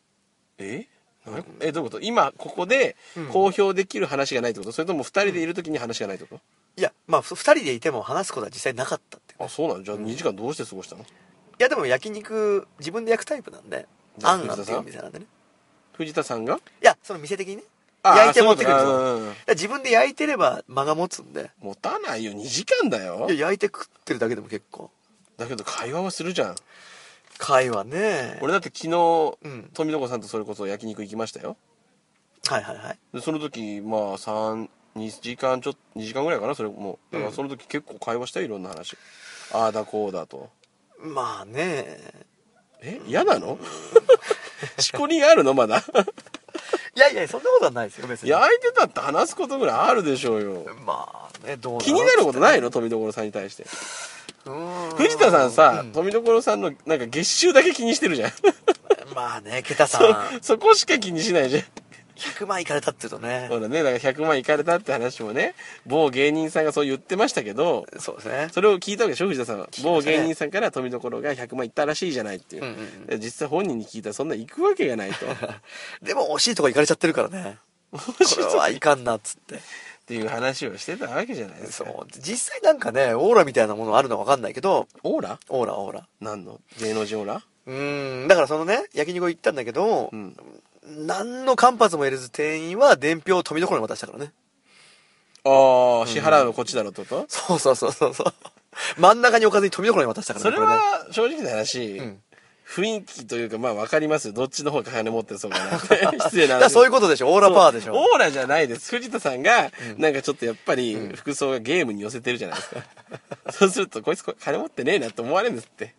[SPEAKER 2] えなえどういうこと今ここで
[SPEAKER 1] うん
[SPEAKER 2] 公表できる話がないってこと、それとも2人でいる時に話がないってこと、
[SPEAKER 1] いやまあふ二人でいても話すことは実際なかったっていうね
[SPEAKER 2] あそうなのじゃあ2時間どうして過ごしたの、
[SPEAKER 1] いやでも焼肉自分で焼くタイプなんで
[SPEAKER 2] じゃあ
[SPEAKER 1] あんあんっていう店なんでね
[SPEAKER 2] 藤田さんが
[SPEAKER 1] いやその店的にね
[SPEAKER 2] あ
[SPEAKER 1] 焼いて
[SPEAKER 2] そう
[SPEAKER 1] 持
[SPEAKER 2] う
[SPEAKER 1] っ
[SPEAKER 2] こ
[SPEAKER 1] て
[SPEAKER 2] と
[SPEAKER 1] くるんですよ
[SPEAKER 2] あうんうんうん
[SPEAKER 1] だから自分で焼いてれば間が持つんで
[SPEAKER 2] 持たないよ2時間だよ
[SPEAKER 1] いや焼いて食ってるだけでも結構
[SPEAKER 2] だけど会話はするじゃん
[SPEAKER 1] 会話ね
[SPEAKER 2] 俺だって昨日、
[SPEAKER 1] うん
[SPEAKER 2] 富永さんとそれこそ焼肉行きましたよ
[SPEAKER 1] はいはいはい
[SPEAKER 2] でその時まあ32時間ちょっと2時間ぐらいかなそれもだからその時結構会話したよいろんな話、ああだこうだと
[SPEAKER 1] まあね
[SPEAKER 2] え嫌なの しこりがあるのまだ
[SPEAKER 1] いやいやそんなことはないですよ別に
[SPEAKER 2] 焼いてたって話すことぐらいあるでしょうよ
[SPEAKER 1] まあねどう
[SPEAKER 2] 気になることない
[SPEAKER 1] の
[SPEAKER 2] の富所さんに対して藤
[SPEAKER 1] 藤
[SPEAKER 2] 田さんさ、
[SPEAKER 1] うん
[SPEAKER 2] 富所さんのなんか月収だけ気にしてるじゃん
[SPEAKER 1] まあね桁さん
[SPEAKER 2] そこしか気にしないじゃん
[SPEAKER 1] 100万いかれたっていうとね
[SPEAKER 2] そうだね、だから100万いかれたって話もね、某芸人さんがそう言ってましたけど、
[SPEAKER 1] そうですね
[SPEAKER 2] それを聞いたわけでしょ、藤田さんは。
[SPEAKER 1] きま
[SPEAKER 2] 某
[SPEAKER 1] したね
[SPEAKER 2] 芸人さんから富所が100万いったらしいじゃないっていう。
[SPEAKER 1] うんうん
[SPEAKER 2] で実際本人に聞いたらそんな行くわけがないと。 っ
[SPEAKER 1] でも惜しいとこ行かれちゃってるからねこれはいかんなっつって
[SPEAKER 2] ていう話をしてたわけじゃないです
[SPEAKER 1] そ
[SPEAKER 2] か。
[SPEAKER 1] う実際なんかねオーラみたいなものあるのか分かんないけど
[SPEAKER 2] オーラ
[SPEAKER 1] オーラオーラ
[SPEAKER 2] 何の芸能人オーラ
[SPEAKER 1] うーんだからそのね焼肉行ったんだけど、
[SPEAKER 2] うん。
[SPEAKER 1] 何の間髪も入れず店員は伝票を富所に渡したからね
[SPEAKER 2] ああ、支払うのこっちだろってこと、
[SPEAKER 1] そうそうそうそうそう真ん中に置かずに富所に渡したから
[SPEAKER 2] そ
[SPEAKER 1] ね
[SPEAKER 2] れ
[SPEAKER 1] こね
[SPEAKER 2] は正直な話、
[SPEAKER 1] うん
[SPEAKER 2] 雰囲気というかまあ分かりますよ。どっちの方が金持ってそうかな って。失礼な
[SPEAKER 1] だ
[SPEAKER 2] 話
[SPEAKER 1] からそういうことでしょオーラパワーでしょ
[SPEAKER 2] オーラじゃないです藤田さんが、なんかちょっとやっぱり服装がゲームに寄せてるじゃないですか、 そうするとこいつこれ金持ってねえなって思われるんですって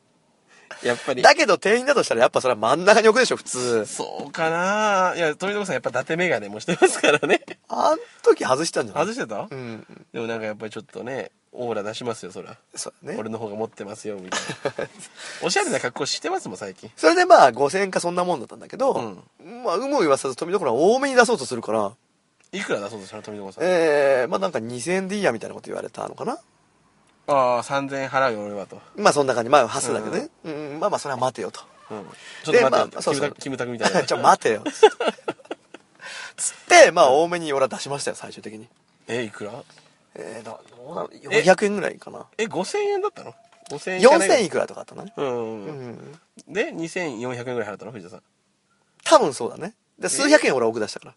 [SPEAKER 2] やっぱり
[SPEAKER 1] だけど店員だとしたらやっぱそれは真ん中に置くでしょ普通
[SPEAKER 2] そうかないや富永さんやっぱ伊達眼鏡もしてますからね
[SPEAKER 1] あん時外したんじゃない
[SPEAKER 2] 外してた、
[SPEAKER 1] うん
[SPEAKER 2] でもなんかやっぱりちょっとねオーラ出しますよそら、
[SPEAKER 1] そうだね
[SPEAKER 2] 俺の方が持ってますよみたいなおしゃれな格好してますもん最近
[SPEAKER 1] それでまあ5000円かそんなもんだったんだけど、まあ有無を言わさず富所は多めに出そうとするから
[SPEAKER 2] いくら出そうとしたの富永さん
[SPEAKER 1] えー、まあなんか2000円でいいやみたいなこと言われたのかな
[SPEAKER 2] ああ3000円払うよ俺はと、
[SPEAKER 1] まあそんな感じまあハスだけどね、うんまあまあそれは待てよと
[SPEAKER 2] うん、ちょっと待ってよ、
[SPEAKER 1] まあ
[SPEAKER 2] キムタ
[SPEAKER 1] そうそう
[SPEAKER 2] キムタクみたい な
[SPEAKER 1] ちょ待てよつってつってまあ多めに俺は出しましたよ最終的に
[SPEAKER 2] えいくら
[SPEAKER 1] えー、どどうなの400円ぐらいかな
[SPEAKER 2] え5000円だったの5000円いかない
[SPEAKER 1] 4000いくらとかだったのね
[SPEAKER 2] うん、
[SPEAKER 1] う
[SPEAKER 2] うん
[SPEAKER 1] ん
[SPEAKER 2] で2400円ぐらい払ったの藤田さん
[SPEAKER 1] 多分そうだねで数百円俺は奥出したから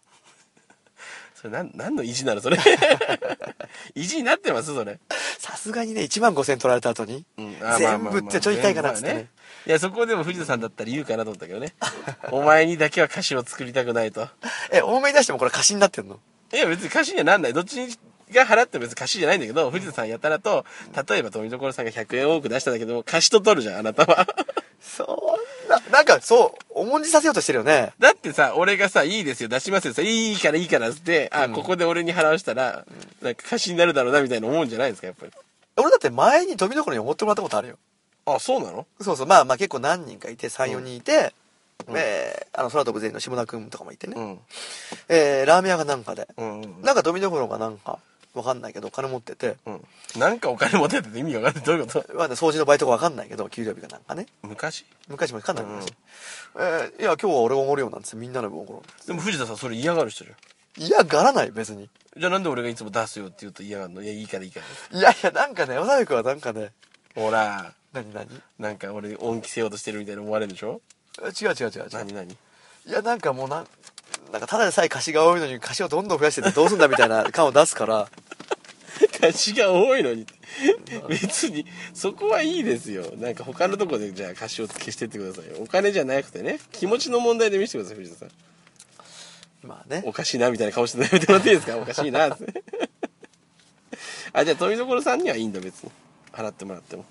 [SPEAKER 2] それなん何の意地なのそれ 意地になってますそれ、
[SPEAKER 1] さすがにね1万5000円取られた後に、全部ってちょい痛いかなっつってね,、
[SPEAKER 2] いやそこでも藤田さんだったら言うかなと思ったけどね お前にだけは歌詞を作りたくないと
[SPEAKER 1] え多めに出してもこれ貸しになってんの
[SPEAKER 2] いや別に歌詞にはなんないどっちが払っても別に歌詞じゃないんだけど藤田さんやたらと例えば富所さんが100円多く出したんだけど貸しと取るじゃんあなたは
[SPEAKER 1] そんななんかそう重んじさせようとしてるよね
[SPEAKER 2] だってさ俺がさ「いいですよ出しますよ」さ「いいからいいから」っつって、あここで俺に払わしたらなんか貸しになるだろうなみたいな思うんじゃないですかやっぱり
[SPEAKER 1] 俺だって前に富所に思ってもらったことあるよ
[SPEAKER 2] あそうなの
[SPEAKER 1] そうそうまあまあ結構何人かいて
[SPEAKER 2] う
[SPEAKER 1] 34
[SPEAKER 2] ん
[SPEAKER 1] 人いて、えーあの空飛ぶ全員の下田君とかもいてね、
[SPEAKER 2] ん
[SPEAKER 1] えーラーメン屋がなんかで、
[SPEAKER 2] うんうん
[SPEAKER 1] なんか富所がなんかわかんないけどお金持ってて、
[SPEAKER 2] うんなんかお金持てってて意味が分かんないどういうこと
[SPEAKER 1] まあね、掃除のバイトがわかんないけど給料日がなんかね
[SPEAKER 2] 昔
[SPEAKER 1] 昔もかなり昔、えーいや今日は俺がおごるよなんつってみんなの分おごる
[SPEAKER 2] でも藤田さんそれ嫌がる人じゃん
[SPEAKER 1] いやがらない別に
[SPEAKER 2] じゃあなんで俺がいつも出すよって言うと嫌がるのいやいいからいいから
[SPEAKER 1] いやいやなんかね渡辺君はなんかね
[SPEAKER 2] ほら
[SPEAKER 1] 何何
[SPEAKER 2] なんか俺恩着せようとしてるみたいに思われるでしょ
[SPEAKER 1] 違う違う違う違う
[SPEAKER 2] 何何
[SPEAKER 1] いやなんかもうなんなんかただでさえ貸しが多いのに貸しをどんどん増やしてってどうすんだみたいな 感を出すから
[SPEAKER 2] 貸しが多いのに別にそこはいいですよなんか他のとこでじゃあ貸しを消してってくださいよお金じゃなくてね気持ちの問題で見せてください藤田さん
[SPEAKER 1] まあね
[SPEAKER 2] おかしいなみたいな顔してやめてもらっていいですかおかしいなって あじゃあ富所さんにはいいんだ別に払ってもらっても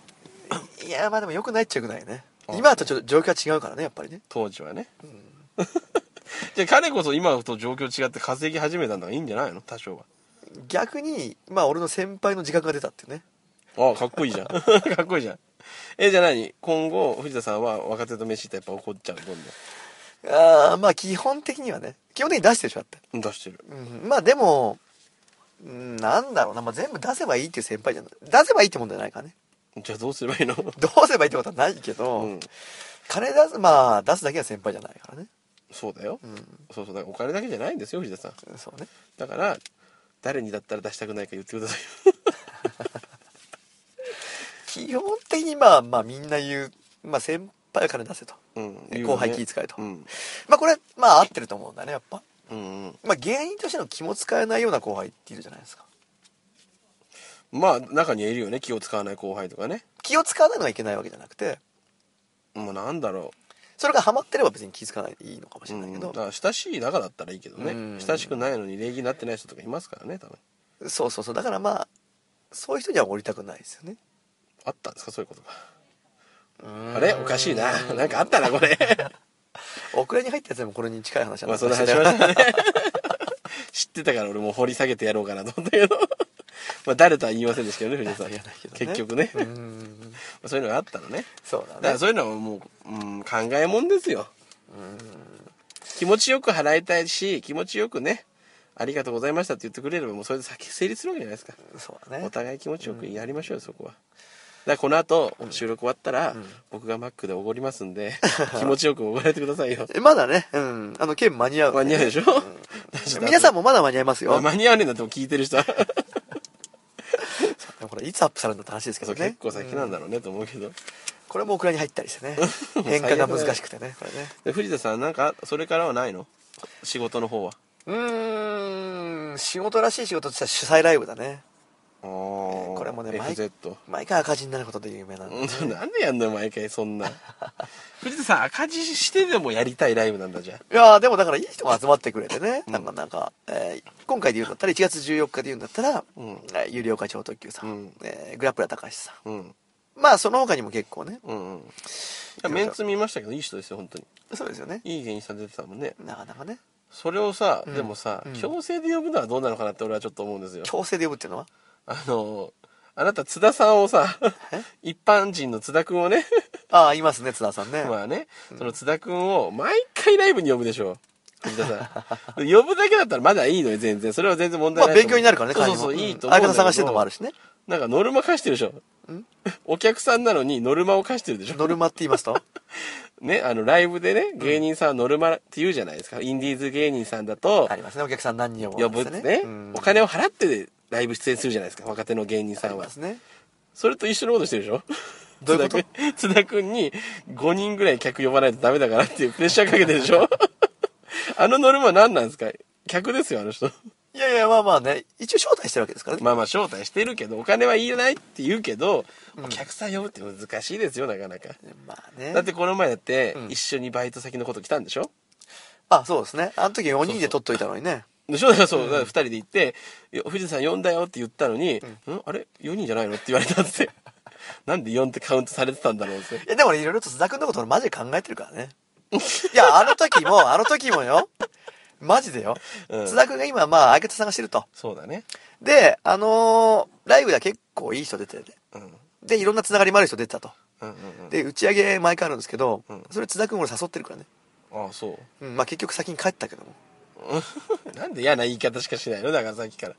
[SPEAKER 1] いやまあでも良くないっちゃ良くないね
[SPEAKER 2] あ
[SPEAKER 1] 今とちょっと状況は違うからねやっぱりね
[SPEAKER 2] 当時はね、 じゃあ彼こそ今と状況違って稼ぎ始めたんだからいいんじゃないの多少は
[SPEAKER 1] 逆にまあ俺の先輩の自覚が出たっていうね
[SPEAKER 2] あかっこいいじゃん かっこいいじゃんえじゃあ何今後藤田さんは若手と飯行ったらやっぱ怒っちゃうどんど
[SPEAKER 1] あーまあ基本的にはね基本的に出してるでしょだって、
[SPEAKER 2] ん出してる
[SPEAKER 1] うん、まあでもうんなんだろうな、まあ、全部出せばいいっていう先輩じゃない出せばいいってもんじゃないからね
[SPEAKER 2] じゃあどうすればいいの
[SPEAKER 1] どうすればいいってことはないけど、
[SPEAKER 2] うん
[SPEAKER 1] 金出すまあ出すだけは先輩じゃないからね
[SPEAKER 2] そうだよ、
[SPEAKER 1] うん
[SPEAKER 2] そうそうだからお金だけじゃないんですよ藤田さん
[SPEAKER 1] そうね
[SPEAKER 2] だから誰にだったら出したくないか言ってくださいよ
[SPEAKER 1] 基本的にまあまあみんな言う、まあ、先輩は金出せと、
[SPEAKER 2] うん
[SPEAKER 1] え後輩気遣えと
[SPEAKER 2] うん
[SPEAKER 1] まあこれまあ合ってると思うんだねやっぱ
[SPEAKER 2] うんうん
[SPEAKER 1] まあ芸人としての気も使えないような後輩っているじゃないですか
[SPEAKER 2] まあ中にはいるよね気を使わない後輩とかね
[SPEAKER 1] 気を使わないのがいけないわけじゃなくて
[SPEAKER 2] もうなんだろ
[SPEAKER 1] それがハマってれば別に気づかないでいいのかもし
[SPEAKER 2] う、う
[SPEAKER 1] れないけ
[SPEAKER 2] ん、
[SPEAKER 1] ど
[SPEAKER 2] だ、から親しい仲だったらいいけどね、
[SPEAKER 1] うん
[SPEAKER 2] 親しくないのに礼儀になってない人とかいますからね多分
[SPEAKER 1] そうそうそうだからまあそういう人には降りたくないですよね
[SPEAKER 2] あったんですかそういうことがあれおかしいななんかあったなこ れ
[SPEAKER 1] オクラに入ったやつでもこれに近い話なん
[SPEAKER 2] ま
[SPEAKER 1] だ
[SPEAKER 2] あそんな話しま したね知ってたから俺もう掘り下げてやろうかなと思ったけど まあ誰とは言いませんでしたけどね藤田さん
[SPEAKER 1] 言わないけどね
[SPEAKER 2] 結局ね、
[SPEAKER 1] う
[SPEAKER 2] ま
[SPEAKER 1] ん
[SPEAKER 2] あそういうのがあったのね
[SPEAKER 1] そう
[SPEAKER 2] だか
[SPEAKER 1] だ
[SPEAKER 2] ら
[SPEAKER 1] ね
[SPEAKER 2] そういうのはもう、うん、考えもんですよ気持ちよく払いたいし気持ちよくねありがとうございましたって言ってくれればもうそれで先成立するわけじゃないですか
[SPEAKER 1] そうだね
[SPEAKER 2] お互い気持ちよくやりましょうよ、そこはだからこの後収録終わったら、僕がマックでおごります んで気持ちよくおごられてくださいよ
[SPEAKER 1] えまだねうんあの券間に合う
[SPEAKER 2] 間に合うでしょ、
[SPEAKER 1] 皆さん
[SPEAKER 2] も
[SPEAKER 1] もまだ間に合いますよ、
[SPEAKER 2] 間に合わねえんだってもう聞いて る人は
[SPEAKER 1] これいつアップされるのって話ですけ
[SPEAKER 2] そ
[SPEAKER 1] ど
[SPEAKER 2] う
[SPEAKER 1] ね
[SPEAKER 2] 結構先なん
[SPEAKER 1] だ、
[SPEAKER 2] だろうねと思うけど
[SPEAKER 1] うんこれもオクラに入ったり してね変化が難しくてねこれね
[SPEAKER 2] で藤田さんなんかそれからはないの仕事の方は
[SPEAKER 1] うーん仕事らしい仕事としては主催ライブだね
[SPEAKER 2] ああ
[SPEAKER 1] これもね毎
[SPEAKER 2] FZ
[SPEAKER 1] 毎回赤字になることで有名なんで、
[SPEAKER 2] うん なんでやんのよ毎回そんな 藤田さん赤字してでもやりたいライブなんだじゃあ
[SPEAKER 1] いやーでもだからいい人が集まってくれてね、なんかなんか、えー今回で言うんだったら1月14日で言うんだったら、
[SPEAKER 2] うん
[SPEAKER 1] えー有料課長特急さん、
[SPEAKER 2] うん
[SPEAKER 1] えーグラップラ高橋さ
[SPEAKER 2] うん
[SPEAKER 1] んまあその他にも結構ね
[SPEAKER 2] うんうんいやメンツ見ましたけどいい人ですよ本当に
[SPEAKER 1] そうですよね
[SPEAKER 2] いい芸人さん出てたもんね
[SPEAKER 1] なかなかね
[SPEAKER 2] それをさ、
[SPEAKER 1] うん
[SPEAKER 2] でもさ、
[SPEAKER 1] うん
[SPEAKER 2] 強制で呼ぶのはどうなのかなって俺はちょっと思うんですよ
[SPEAKER 1] 強制で呼ぶっていうのは
[SPEAKER 2] あのあなた津田さんをさ
[SPEAKER 1] え
[SPEAKER 2] 一般人の津田君をね
[SPEAKER 1] ああいますね津田さんね、
[SPEAKER 2] まあねその津田君を毎回ライブに呼ぶでしょ藤田さん呼ぶだけだったらまだいいのよ全然それは全然問
[SPEAKER 1] ま
[SPEAKER 2] 題
[SPEAKER 1] あ
[SPEAKER 2] ないと思う
[SPEAKER 1] 勉強になるからね
[SPEAKER 2] そう
[SPEAKER 1] 彼にも
[SPEAKER 2] そうそう
[SPEAKER 1] うん
[SPEAKER 2] いいと思
[SPEAKER 1] 相
[SPEAKER 2] うんだけ
[SPEAKER 1] 方
[SPEAKER 2] ど
[SPEAKER 1] 探してるのもあるしね
[SPEAKER 2] なんかノルマ課してるでしょお客さんなのにノルマを課してるでしょ
[SPEAKER 1] ノルマって言いますと
[SPEAKER 2] ねあのライブでね芸人さんはノルマって言うじゃないですか、インディーズ芸人さんだと
[SPEAKER 1] ありますねお客さん何人呼ぶ
[SPEAKER 2] 呼
[SPEAKER 1] んで
[SPEAKER 2] ぶっ
[SPEAKER 1] す
[SPEAKER 2] て
[SPEAKER 1] ね
[SPEAKER 2] ね、
[SPEAKER 1] うん
[SPEAKER 2] お金を払ってライブ出演するじゃないですか若手の芸人さ
[SPEAKER 1] あり
[SPEAKER 2] んは
[SPEAKER 1] ますね
[SPEAKER 2] それと一緒のことしてるでしょ
[SPEAKER 1] どういうこと
[SPEAKER 2] 津田君津田君に5人ぐらい客呼ばないとダメだからっていうプレッシャーかけてるでし ょあのノルマ何なんですか客ですよあの人
[SPEAKER 1] いやいやまあまあね一応招待してるわけですからね、
[SPEAKER 2] まあまあ招待してるけどお金はいらないって言うけど、お客さん呼ぶって難しいですよなかなか
[SPEAKER 1] まあね
[SPEAKER 2] だってこの前だって、
[SPEAKER 1] うん
[SPEAKER 2] 一緒にバイト先のこと来たんでしょ
[SPEAKER 1] あそうですねあの時4人で撮っといたのにね
[SPEAKER 2] でしょだからそう、だから二人で行って「いや藤田さん呼んだよ」って言ったのに「んあれ ?4 人じゃないの?」って言われたんですよ なんで4ってカウントされてたんだろうって
[SPEAKER 1] いやでも俺いろいろと津田君のこと俺マジで考えてるから ねいやあの時もあの時もよマジでよ、
[SPEAKER 2] うん
[SPEAKER 1] 津田君が今まあ相方探してると
[SPEAKER 2] そうだね
[SPEAKER 1] であのーライブでは結構いい人出てて
[SPEAKER 2] うんうん
[SPEAKER 1] でいろんなつながりもある人出てたと
[SPEAKER 2] うんうん
[SPEAKER 1] で打ち上げ毎回あるんですけど、
[SPEAKER 2] うん
[SPEAKER 1] それ津田君俺誘ってるからね、
[SPEAKER 2] ああそう
[SPEAKER 1] うん、まあ結局先に帰ったけども
[SPEAKER 2] なんで嫌な言い方しかしないのだからさっきから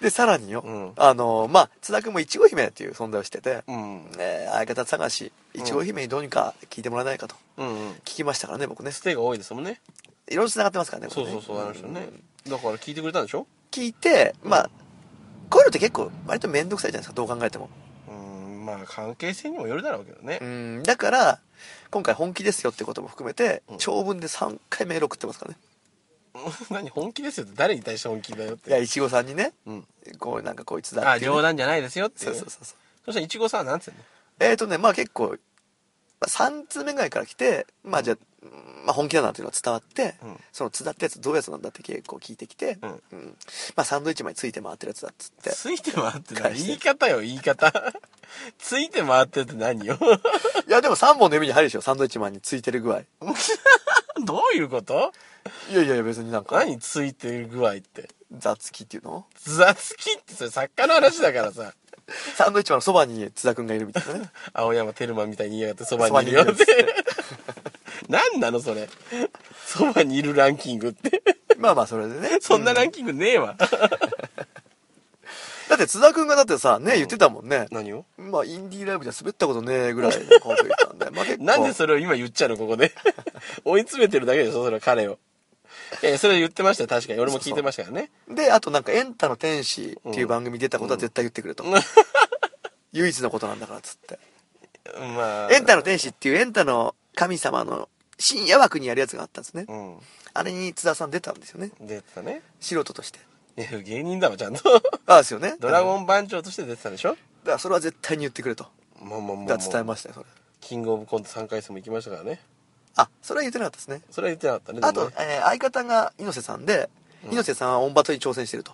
[SPEAKER 1] でさらによ、
[SPEAKER 2] うん
[SPEAKER 1] あのーまあ津田君もいちご姫っていう存在をしてて、
[SPEAKER 2] うん
[SPEAKER 1] えー相方探しいちご姫にどうにか聞いてもらえないかと
[SPEAKER 2] うんうん
[SPEAKER 1] 聞きましたからね僕ね
[SPEAKER 2] ステが多いですもんね
[SPEAKER 1] いろいろつながってますからね
[SPEAKER 2] そう
[SPEAKER 1] 僕
[SPEAKER 2] そ
[SPEAKER 1] ね
[SPEAKER 2] うそうあの人ねだから聞いてくれたんでしょ
[SPEAKER 1] 聞いてまあこういうのって結構割と面倒くさいじゃないですかどう考えても
[SPEAKER 2] うんまあ関係性にもよるだろうけどね
[SPEAKER 1] う、んだから今回本気ですよってことも含めて、
[SPEAKER 2] うん
[SPEAKER 1] 長文で3回メール送ってますからね
[SPEAKER 2] 何本気ですよって誰に対して本気だよっ
[SPEAKER 1] いや
[SPEAKER 2] て、
[SPEAKER 1] いちごさんにね
[SPEAKER 2] うん、
[SPEAKER 1] こうなんかこいつだ
[SPEAKER 2] あ
[SPEAKER 1] っていうね、
[SPEAKER 2] 冗談じゃないですよってい
[SPEAKER 1] そうう
[SPEAKER 2] ね
[SPEAKER 1] そうそうそう
[SPEAKER 2] そしたらいちごさんはなんつうの
[SPEAKER 1] えー、とねまあ結構、まあ、3通目ぐらいから来てまあじゃあ,うん、まあ本気だなっていうのは伝わって、
[SPEAKER 2] うん
[SPEAKER 1] その伝ったやつどういうやつなんだって結構聞いてきて、
[SPEAKER 2] うん
[SPEAKER 1] まあサンドイッチまでついて回ってるやつだっつって
[SPEAKER 2] ついて回ってない
[SPEAKER 1] 返して
[SPEAKER 2] 言い方よ言い方 ついて回ってるって何よ
[SPEAKER 1] いやでも3本の指に入るでしょサンドイッチマンについてる具合い
[SPEAKER 2] どういうこと
[SPEAKER 1] やいやいや別になんか
[SPEAKER 2] 何ついてる具合って
[SPEAKER 1] 雑きっていうの
[SPEAKER 2] 雑きってそれ作家の話だからさ
[SPEAKER 1] サンドイッチマンのそばに津田くんがいるみたいなね
[SPEAKER 2] 青山テルマみたいに言いやがってそばにいるよっ
[SPEAKER 1] そばにいる
[SPEAKER 2] て何なのそれそばにいるランキングって
[SPEAKER 1] まあまあそれでね
[SPEAKER 2] そんなラ
[SPEAKER 1] う
[SPEAKER 2] ンキングねえわ
[SPEAKER 1] だって津田くんがだってさね言ってたもんね、
[SPEAKER 2] 何を
[SPEAKER 1] まあインディーライブじゃ滑ったことねえぐらいのこと言ってたんで、まあ結構
[SPEAKER 2] なんでそれを今言っちゃうのここ で追い詰めてるだけでしょそれは彼をいやいやそれ言ってましたよ確かに俺も聞いてましたからね
[SPEAKER 1] であとなんか「エンタの天使」っていう番組に出たことは絶対言ってくれと、唯一のことなんだからっつって
[SPEAKER 2] ま
[SPEAKER 1] 「
[SPEAKER 2] あ
[SPEAKER 1] エンタの天使」っていうエンタの神様の深夜枠にやるやつがあったんですね、
[SPEAKER 2] うん
[SPEAKER 1] あれに津田さん出たんですよね
[SPEAKER 2] 出てたね
[SPEAKER 1] 素人として
[SPEAKER 2] いや芸人だわちゃ んと
[SPEAKER 1] ああですよね
[SPEAKER 2] ドラ
[SPEAKER 1] ン
[SPEAKER 2] ゴン番長として出てたでしょ
[SPEAKER 1] だからそれは絶対に言ってくれと
[SPEAKER 2] もうもうもうも
[SPEAKER 1] だから伝え
[SPEAKER 2] う
[SPEAKER 1] ましたよそれ
[SPEAKER 2] キングオブコント3回戦も行きましたからね
[SPEAKER 1] あそれは言ってなかったですね
[SPEAKER 2] それは言ってなかったね
[SPEAKER 1] あ
[SPEAKER 2] でも
[SPEAKER 1] と
[SPEAKER 2] ね、
[SPEAKER 1] えー相方が猪瀬さんで猪瀬さんはオンバトに挑戦してると、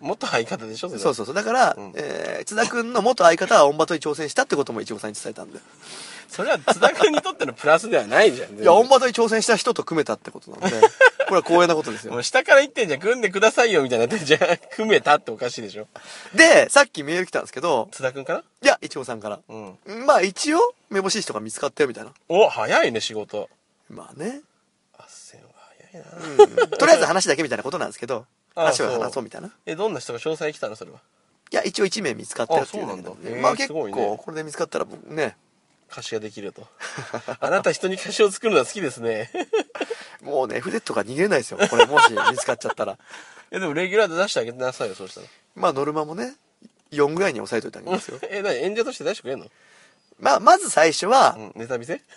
[SPEAKER 2] 元相方でしょそれ
[SPEAKER 1] そうそうそうだから、
[SPEAKER 2] うん
[SPEAKER 1] えー津田君の元相方はオンバトに挑戦したってこともいちごさんに伝えたんで
[SPEAKER 2] それは津田君にとってのプラスではないじゃん
[SPEAKER 1] いや、オンバトに挑戦した人と組めたってことなので、これは光栄なことです
[SPEAKER 2] も
[SPEAKER 1] よ
[SPEAKER 2] う。下から言ってんじゃん組んでくださいよみたいになってんじゃん組めたっておかしいでしょ
[SPEAKER 1] で、さっきメール来たんですけど、
[SPEAKER 2] 津田君かない
[SPEAKER 1] や、いちごさんから。
[SPEAKER 2] うん
[SPEAKER 1] まあ、一応、めぼしい人が見つかったよ、みたいな。
[SPEAKER 2] お早いね仕事
[SPEAKER 1] まあね。
[SPEAKER 2] あっせんは早いな、
[SPEAKER 1] うんとりあえず話だけみたいなことなんですけど、
[SPEAKER 2] あ
[SPEAKER 1] 話は
[SPEAKER 2] そう
[SPEAKER 1] 話そうみたいな。い
[SPEAKER 2] えどんな人が詳細来たのそれは
[SPEAKER 1] や、一応1名見つかったよっていうだけ
[SPEAKER 2] あそうなんだへえ
[SPEAKER 1] まあ
[SPEAKER 2] す
[SPEAKER 1] 結
[SPEAKER 2] ご
[SPEAKER 1] 構、
[SPEAKER 2] いね
[SPEAKER 1] これで見つかったら僕ね、
[SPEAKER 2] 歌詞がで きるとあなた人に歌詞を作るのは好きですね
[SPEAKER 1] もうね、筆とか逃げれないですよ。これもし見つかっちゃったら。
[SPEAKER 2] いやでもレギュラーで出してあげてなさいよそうしたら
[SPEAKER 1] まあ、ノルマもね、4ぐらいに抑えといてあげますよ。
[SPEAKER 2] え何演者として出してくれんの、
[SPEAKER 1] まあ、まず最初は、
[SPEAKER 2] うん、ネタ見せ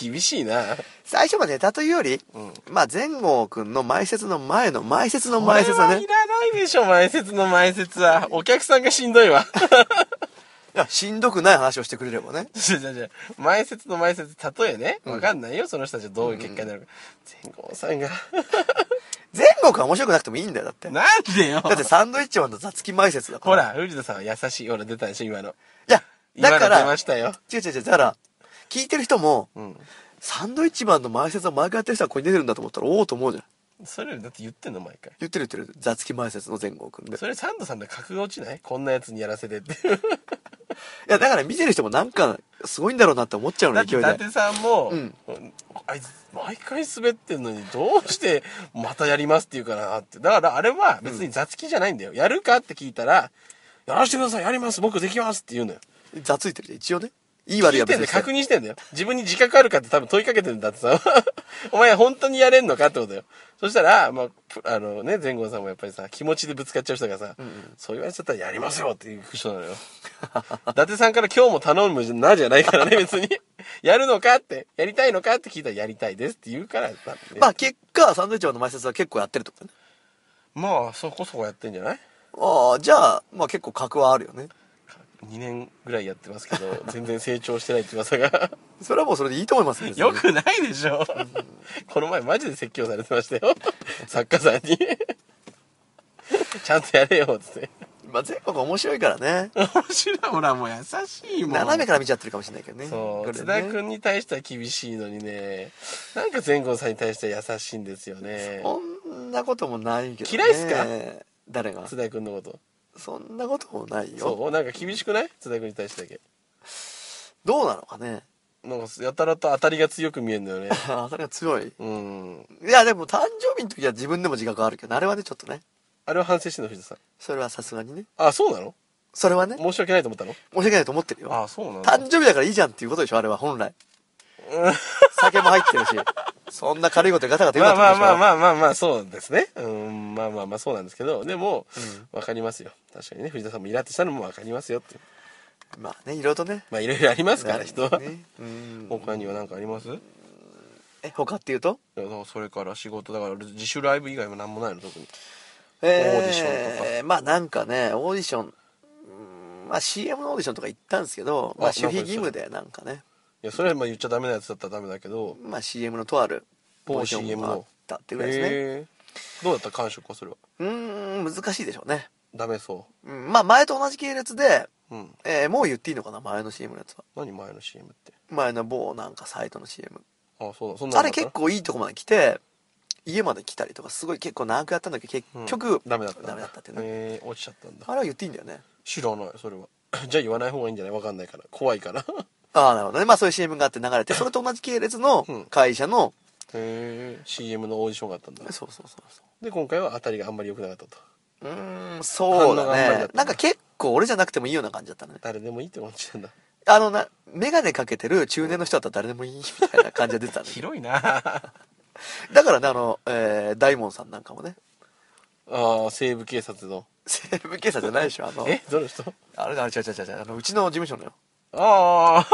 [SPEAKER 2] 厳しいな
[SPEAKER 1] 最初はネタというより、
[SPEAKER 2] うん
[SPEAKER 1] まあ前後君の前説の前の前説の前説
[SPEAKER 2] これ
[SPEAKER 1] だ
[SPEAKER 2] は
[SPEAKER 1] ね
[SPEAKER 2] いらないでしょ前説の前説はお客さんがしんどいわ
[SPEAKER 1] いやしんどくない話をしてくれればね
[SPEAKER 2] じゃあじゃあじゃあ前説の前説例えねわかんないよその人たちはどういう結果になるか全豪さんが
[SPEAKER 1] 前後君は面白くなくてもいいんだよだってだ
[SPEAKER 2] なんでよ
[SPEAKER 1] ってサンドイッチマンの雑き前説だから
[SPEAKER 2] ほら藤田さんは優しいほら出たでしょ今の
[SPEAKER 1] いや
[SPEAKER 2] 今
[SPEAKER 1] だ
[SPEAKER 2] の
[SPEAKER 1] か
[SPEAKER 2] 出
[SPEAKER 1] ら
[SPEAKER 2] ましたよ
[SPEAKER 1] 違う違う違うだから聞いてる人も、
[SPEAKER 2] うん
[SPEAKER 1] サンドイッチマンの前説を毎回やってる人はここに出てるんだと思ったらおおと思うじゃん
[SPEAKER 2] それよりだって言ってんの毎回
[SPEAKER 1] 言ってる言ってる雑き前説の前後君でい
[SPEAKER 2] それサンドさんの格が落ちないこんなやつにやらせてって
[SPEAKER 1] やだから見てる人もなんかすごいんだろうなって思っちゃうの
[SPEAKER 2] だって
[SPEAKER 1] 勢
[SPEAKER 2] 伊
[SPEAKER 1] いで
[SPEAKER 2] 達さんも、
[SPEAKER 1] うん
[SPEAKER 2] あいつ毎回滑ってんのにどうしてまたやりますって言うかなってだからあれは別に雑気じゃないんだよ、やるかって聞いたら「やらしてくださいやります僕できます」って言うのよ
[SPEAKER 1] 雑いてるじゃん一応ねいい悪い
[SPEAKER 2] 聞い
[SPEAKER 1] は別
[SPEAKER 2] て
[SPEAKER 1] に
[SPEAKER 2] んで
[SPEAKER 1] して
[SPEAKER 2] 確認してんだよ自分に自覚あるかって多分問いかけてんだってさ お前本当にやれんのかってことよそしたら、まあプ、あのね前後さんもやっぱりさ気持ちでぶつかっちゃう人がさ、そう言われちゃったらやりますよっていう人なのよ 伊達さんから今日も頼むなじゃないからね別に やるのかってやりたいのかって聞いたらやりたいですって言うからだってね
[SPEAKER 1] まあ結果サンドイッチマンの前説は結構やってるってことね
[SPEAKER 2] まあそこそこやってんじゃない
[SPEAKER 1] ああじゃあまあ結構格はあるよね
[SPEAKER 2] 2年ぐらいやってますけど全然成長してないって噂が
[SPEAKER 1] それはもうそれでいいと思いますよ別に
[SPEAKER 2] よくないでしょこの前マジで説教されてましたよ 作家さんに ちゃんとやれよっつって
[SPEAKER 1] まあ全国面白いからね
[SPEAKER 2] 面白いほらもう優しいもん
[SPEAKER 1] 斜めから見ちゃってるかもしれないけどね
[SPEAKER 2] そ
[SPEAKER 1] こ
[SPEAKER 2] う、
[SPEAKER 1] れ
[SPEAKER 2] 津
[SPEAKER 1] ね
[SPEAKER 2] 田君に対しては厳しいのにねなんか前後さんに対しては優しいんですよね
[SPEAKER 1] そんなこともないけど、ね、
[SPEAKER 2] 嫌いっすか
[SPEAKER 1] 誰が
[SPEAKER 2] 津田君のこと
[SPEAKER 1] そんなこともないよ
[SPEAKER 2] そうなんか厳しくない津田君に対してだけ
[SPEAKER 1] どうなのかね
[SPEAKER 2] なんかやたらと当たりが強く見えるんだよね
[SPEAKER 1] あそれが強い
[SPEAKER 2] うん
[SPEAKER 1] いやでも誕生日の時は自分でも自覚あるけどあれはねちょっとね
[SPEAKER 2] あれは反省してんの藤田さん
[SPEAKER 1] それはさすがにね
[SPEAKER 2] あそうなの
[SPEAKER 1] それはね申し
[SPEAKER 2] 申し訳ないと思ったの
[SPEAKER 1] 訳ないと思ってるよ
[SPEAKER 2] あそうなの
[SPEAKER 1] 誕生日だからいいじゃんっていうことでしょあれは本来酒も入ってるしそんな軽いことガタガタ言う
[SPEAKER 2] まあ
[SPEAKER 1] なっ
[SPEAKER 2] まあ
[SPEAKER 1] て
[SPEAKER 2] まあ
[SPEAKER 1] あ
[SPEAKER 2] まあまあまあ、そうですね。うん、まあまあまあそうなんですけど、でも、わ、かりますよ。確かにね、藤田さんもイラッとしたのもわかりますよって。
[SPEAKER 1] まあねいろいろとね
[SPEAKER 2] まあいろいろありますから、人は。
[SPEAKER 1] ねうん
[SPEAKER 2] 他には何かありますい
[SPEAKER 1] え他っていうと
[SPEAKER 2] やだからそれから仕事だから自主ライブ以外も何もないの特に
[SPEAKER 1] え
[SPEAKER 2] オーディションとか
[SPEAKER 1] まあなんかねオーディションうんまあ CM のオーディションとか行ったんですけど
[SPEAKER 2] あ
[SPEAKER 1] まあ守秘義務でなんかね
[SPEAKER 2] いやそれはまあ言っちゃダメなやつだったらダメだけど
[SPEAKER 1] まあ CM のとあるポーション
[SPEAKER 2] CM
[SPEAKER 1] があ
[SPEAKER 2] の
[SPEAKER 1] ったっていうぐらいですね
[SPEAKER 2] へーどうだった感触はそれは
[SPEAKER 1] うーん難しいでしょうね、
[SPEAKER 2] ダメそ
[SPEAKER 1] うん、まあ前と同じ系列で、
[SPEAKER 2] ううん
[SPEAKER 1] えーもう言っていいのかな前の CM のやつは
[SPEAKER 2] 何前の CM って
[SPEAKER 1] 前の某なんかサイトの CM
[SPEAKER 2] あそうだそんな
[SPEAKER 1] あ
[SPEAKER 2] のだ
[SPEAKER 1] れ
[SPEAKER 2] った
[SPEAKER 1] 結構いいとこまで来て家まで来たりとかすごい結構長くやったんだけど結
[SPEAKER 2] う
[SPEAKER 1] 局
[SPEAKER 2] ん、ダメだった
[SPEAKER 1] ダメだったってね
[SPEAKER 2] ね落ちちゃったんだ
[SPEAKER 1] あれは言っていいんだよね
[SPEAKER 2] 知らないそれは じゃあ言わない方がいいんじゃないわかんないから怖いから
[SPEAKER 1] ああなるほどねまあそういう CM があって流れてそれと同じ系列の
[SPEAKER 2] うん
[SPEAKER 1] 会社の、
[SPEAKER 2] へえ CM のオーディションがあったんだ
[SPEAKER 1] そうそうそうそ
[SPEAKER 2] で今回は当たりがあんまり良くなかったと
[SPEAKER 1] ううーんそう
[SPEAKER 2] 反応があんまり
[SPEAKER 1] だ
[SPEAKER 2] だ
[SPEAKER 1] ね
[SPEAKER 2] った
[SPEAKER 1] なんか結構俺じゃなくてもいいような感じだったね
[SPEAKER 2] 誰でもいいって思っちゃうんだ
[SPEAKER 1] あのな眼鏡かけてる中年の人だったら誰でもいいみたいな感じが出てたね
[SPEAKER 2] 広いなあ
[SPEAKER 1] だからねあの、えー、大門さんなんかもね
[SPEAKER 2] あ西部警察の
[SPEAKER 1] 西部警察じゃないでしょあの
[SPEAKER 2] えどの人
[SPEAKER 1] あれだあれ違う違う違うあのうちの事務所のよ
[SPEAKER 2] ああ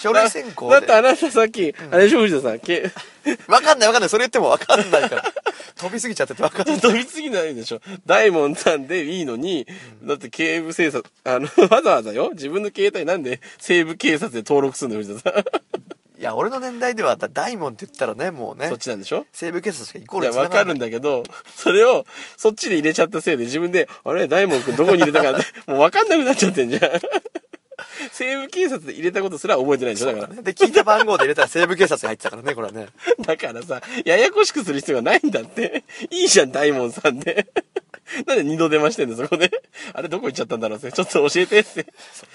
[SPEAKER 1] 書類選考
[SPEAKER 2] だ
[SPEAKER 1] で
[SPEAKER 2] ってあなたさっき、あれでしょ藤田さんけ
[SPEAKER 1] わかんないわかんない。それ言ってもわかんないから。飛びすぎちゃっててわかんない。
[SPEAKER 2] 飛びすぎないでしょ大門さんでいいのに、だって警部警察あのわざわざよ自分の携帯なんで西部警察で登録するの藤田さん
[SPEAKER 1] いや、俺の年代では、だ大門って言ったらね、もうね
[SPEAKER 2] そっ、ちなんでしょ
[SPEAKER 1] 西部警察しかイコー
[SPEAKER 2] い
[SPEAKER 1] ル
[SPEAKER 2] や、
[SPEAKER 1] に繋
[SPEAKER 2] わ
[SPEAKER 1] がらな
[SPEAKER 2] かる
[SPEAKER 1] い
[SPEAKER 2] んだけど、それを、そっちで入れちゃったせいで自分で、あれ大門くんどこに入れたかって、 もうわかんなくなっちゃってんじゃん。 西部警察で入れたことすら覚えてないでしょだから。
[SPEAKER 1] で、聞いた番号で入れたら西部警察が入ってたからね、これはね。
[SPEAKER 2] だからさ、ややこしくする必要がないんだって。いいじゃん、大門さんで。なんで二度出ましてんだ、そこで。あれ、どこ行っちゃったんだろうって。ちょっと教えてって。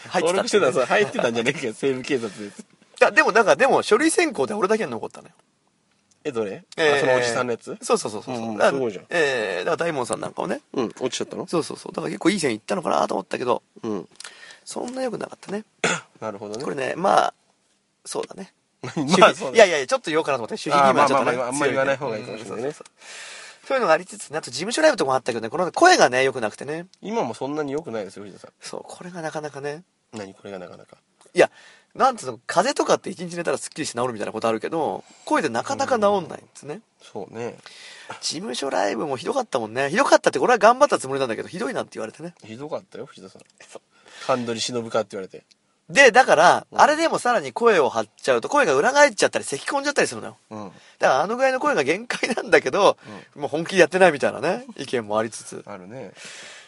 [SPEAKER 1] 入ってた
[SPEAKER 2] 登
[SPEAKER 1] ん
[SPEAKER 2] 録
[SPEAKER 1] だ
[SPEAKER 2] してた
[SPEAKER 1] よ
[SPEAKER 2] ら
[SPEAKER 1] ね
[SPEAKER 2] さ、入ってたんじゃねえか、西部警察です。
[SPEAKER 1] いや、でもなんか、でも、書類選考で俺だけが残ったのよ。
[SPEAKER 2] え、どれ、あ、そのおじさんのやつ
[SPEAKER 1] そうそうそうそう。
[SPEAKER 2] うんうん
[SPEAKER 1] だから
[SPEAKER 2] すごいじゃん
[SPEAKER 1] えー、だから大門さんなんかもね。
[SPEAKER 2] うん、落ちちゃったの
[SPEAKER 1] そうそうそう。だから結構いい線いったのかなと思ったけど、
[SPEAKER 2] うん。
[SPEAKER 1] そんな良くなかったね。
[SPEAKER 2] なるほどね。
[SPEAKER 1] これね、まあ、そうだね。
[SPEAKER 2] まあ、そう
[SPEAKER 1] いやいやいや、ちょっと言おうかなと思って、主義義務はちょっとね
[SPEAKER 2] あーまあまあまああんまり言わない方がいいかもしれないね
[SPEAKER 1] うんそうそうそうそういうのがありつつね、あと事務所ライブとかもあったけどね、この声がね、良くなくてね。
[SPEAKER 2] 今もそんなに良くないですよ、藤田さん。
[SPEAKER 1] そう、これがなかなかね。
[SPEAKER 2] 何これがなかなか
[SPEAKER 1] いや、なんつうの、風邪とかって一日寝たらすっきりして治るみたいなことあるけど、声でなかなか治んないんですね。
[SPEAKER 2] そうね
[SPEAKER 1] 事務所ライブもひどかったもんね。ひどかったって、俺は頑張ったつもりなんだけど、ひどいなんて言われてね。
[SPEAKER 2] ひどかったよ藤田さんハンドリ忍かって言われて
[SPEAKER 1] で、だから、あれでもさらに声を張っちゃうと、声が裏返っちゃったり、咳き込んじゃったりするのよ。
[SPEAKER 2] うん
[SPEAKER 1] だからあのぐらいの声が限界なんだけど、もう本気でやってないみたいなね、意見もありつつ。
[SPEAKER 2] あるね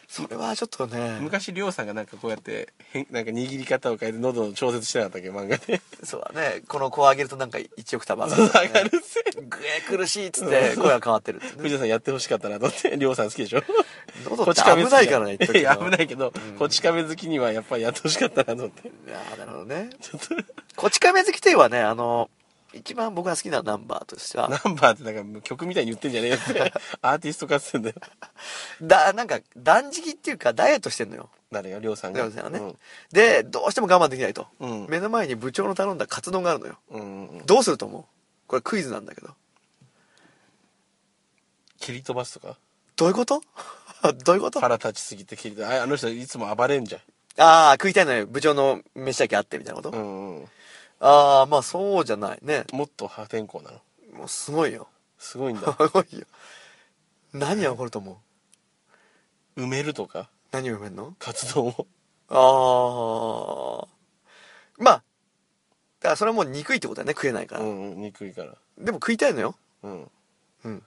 [SPEAKER 1] それはちょっとね、
[SPEAKER 2] 昔りょうさんがなんかこうやって変なんか握り方を変えて喉の調節してなかったっけ漫画 で
[SPEAKER 1] そうだね、この子を上げるとなんか1オクターブ上がる
[SPEAKER 2] 上
[SPEAKER 1] とかね、
[SPEAKER 2] がるせ
[SPEAKER 1] ぐえ苦しいっつって声が変わってるってね
[SPEAKER 2] 藤田さんやってほしかったなと思ってりょうさん好きでしょ
[SPEAKER 1] 喉って危ないからね、言っとく
[SPEAKER 2] い
[SPEAKER 1] け
[SPEAKER 2] や
[SPEAKER 1] ど
[SPEAKER 2] 危ないけど、こち亀好きにはやっぱりやってほしかったなと思って
[SPEAKER 1] いやーなるほどね。
[SPEAKER 2] ちょっと
[SPEAKER 1] こち亀好きといえばね、あの、一番僕が好きなナンバーとしては、
[SPEAKER 2] ナンバーってなんか曲みたいに言ってんじゃねえよって アーティスト化ってんだよ
[SPEAKER 1] だ、なんか断食っていうかダイエットしてんのよ。
[SPEAKER 2] 誰よりょうさん
[SPEAKER 1] だ
[SPEAKER 2] が
[SPEAKER 1] からね、で、どうしても我慢できないと、
[SPEAKER 2] うん
[SPEAKER 1] 目の前に部長の頼んだカツ丼があるのよ。
[SPEAKER 2] うん、うんうん、
[SPEAKER 1] どうすると思うこれクイズなんだけど。
[SPEAKER 2] 切り飛ばすとか
[SPEAKER 1] どういうことどういうこと
[SPEAKER 2] 腹立ちすぎて切り飛ばああの人いつも暴れんじゃん
[SPEAKER 1] ああ、食いたいのよ。部長の飯だけあってみたいなこと、
[SPEAKER 2] うんうん、
[SPEAKER 1] ああ、まあそうじゃないね。
[SPEAKER 2] もっと破天荒なの
[SPEAKER 1] もうすごいよ。
[SPEAKER 2] すごいん
[SPEAKER 1] す
[SPEAKER 2] だ
[SPEAKER 1] ごいよ。何が起こると思う
[SPEAKER 2] 埋めるとか
[SPEAKER 1] 何を読めんの
[SPEAKER 2] 活動を
[SPEAKER 1] ああ。まあ、だからそれはもう憎いってことだよね。食えないか
[SPEAKER 2] う
[SPEAKER 1] ら。
[SPEAKER 2] んうん憎いから
[SPEAKER 1] でも食いたいのよ。
[SPEAKER 2] うん
[SPEAKER 1] うん。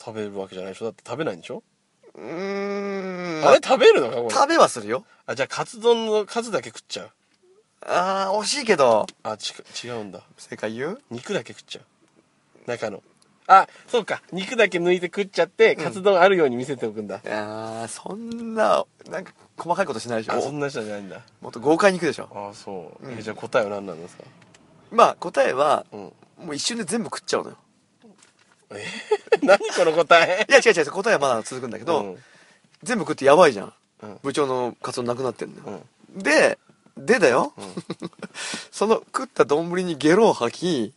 [SPEAKER 2] 食べるわけじゃないでしょだって食べないんでしょ、
[SPEAKER 1] うーん。
[SPEAKER 2] あれ食べるのかこれ
[SPEAKER 1] 食べはするよ。
[SPEAKER 2] あじゃあカツ丼の数だけ食っちゃう
[SPEAKER 1] ああ、惜しいけど。
[SPEAKER 2] あち違うんだ
[SPEAKER 1] 正解言う
[SPEAKER 2] 肉だけ食っちゃう中のあそうか肉だけ抜いて食っちゃってカツ丼あるように見せておくんだ、
[SPEAKER 1] ああ、そんな、なんか細かいことしないでし
[SPEAKER 2] あそ
[SPEAKER 1] ょ。
[SPEAKER 2] んな人じゃないんだ
[SPEAKER 1] もっと豪快に行くでしょ。
[SPEAKER 2] あそう、え
[SPEAKER 1] うん
[SPEAKER 2] じゃあ答えは何なんですか
[SPEAKER 1] まあ答えは、
[SPEAKER 2] うん
[SPEAKER 1] もう一瞬で全部食っちゃうのよ。
[SPEAKER 2] え 何この答え
[SPEAKER 1] いや違う違う答えはまだ続くんだけど、
[SPEAKER 2] うん
[SPEAKER 1] 全部食ってやばいじゃん、
[SPEAKER 2] うん
[SPEAKER 1] 部長のカツオなくなってんだよ、で でだよ、その食った丼にゲロを吐き、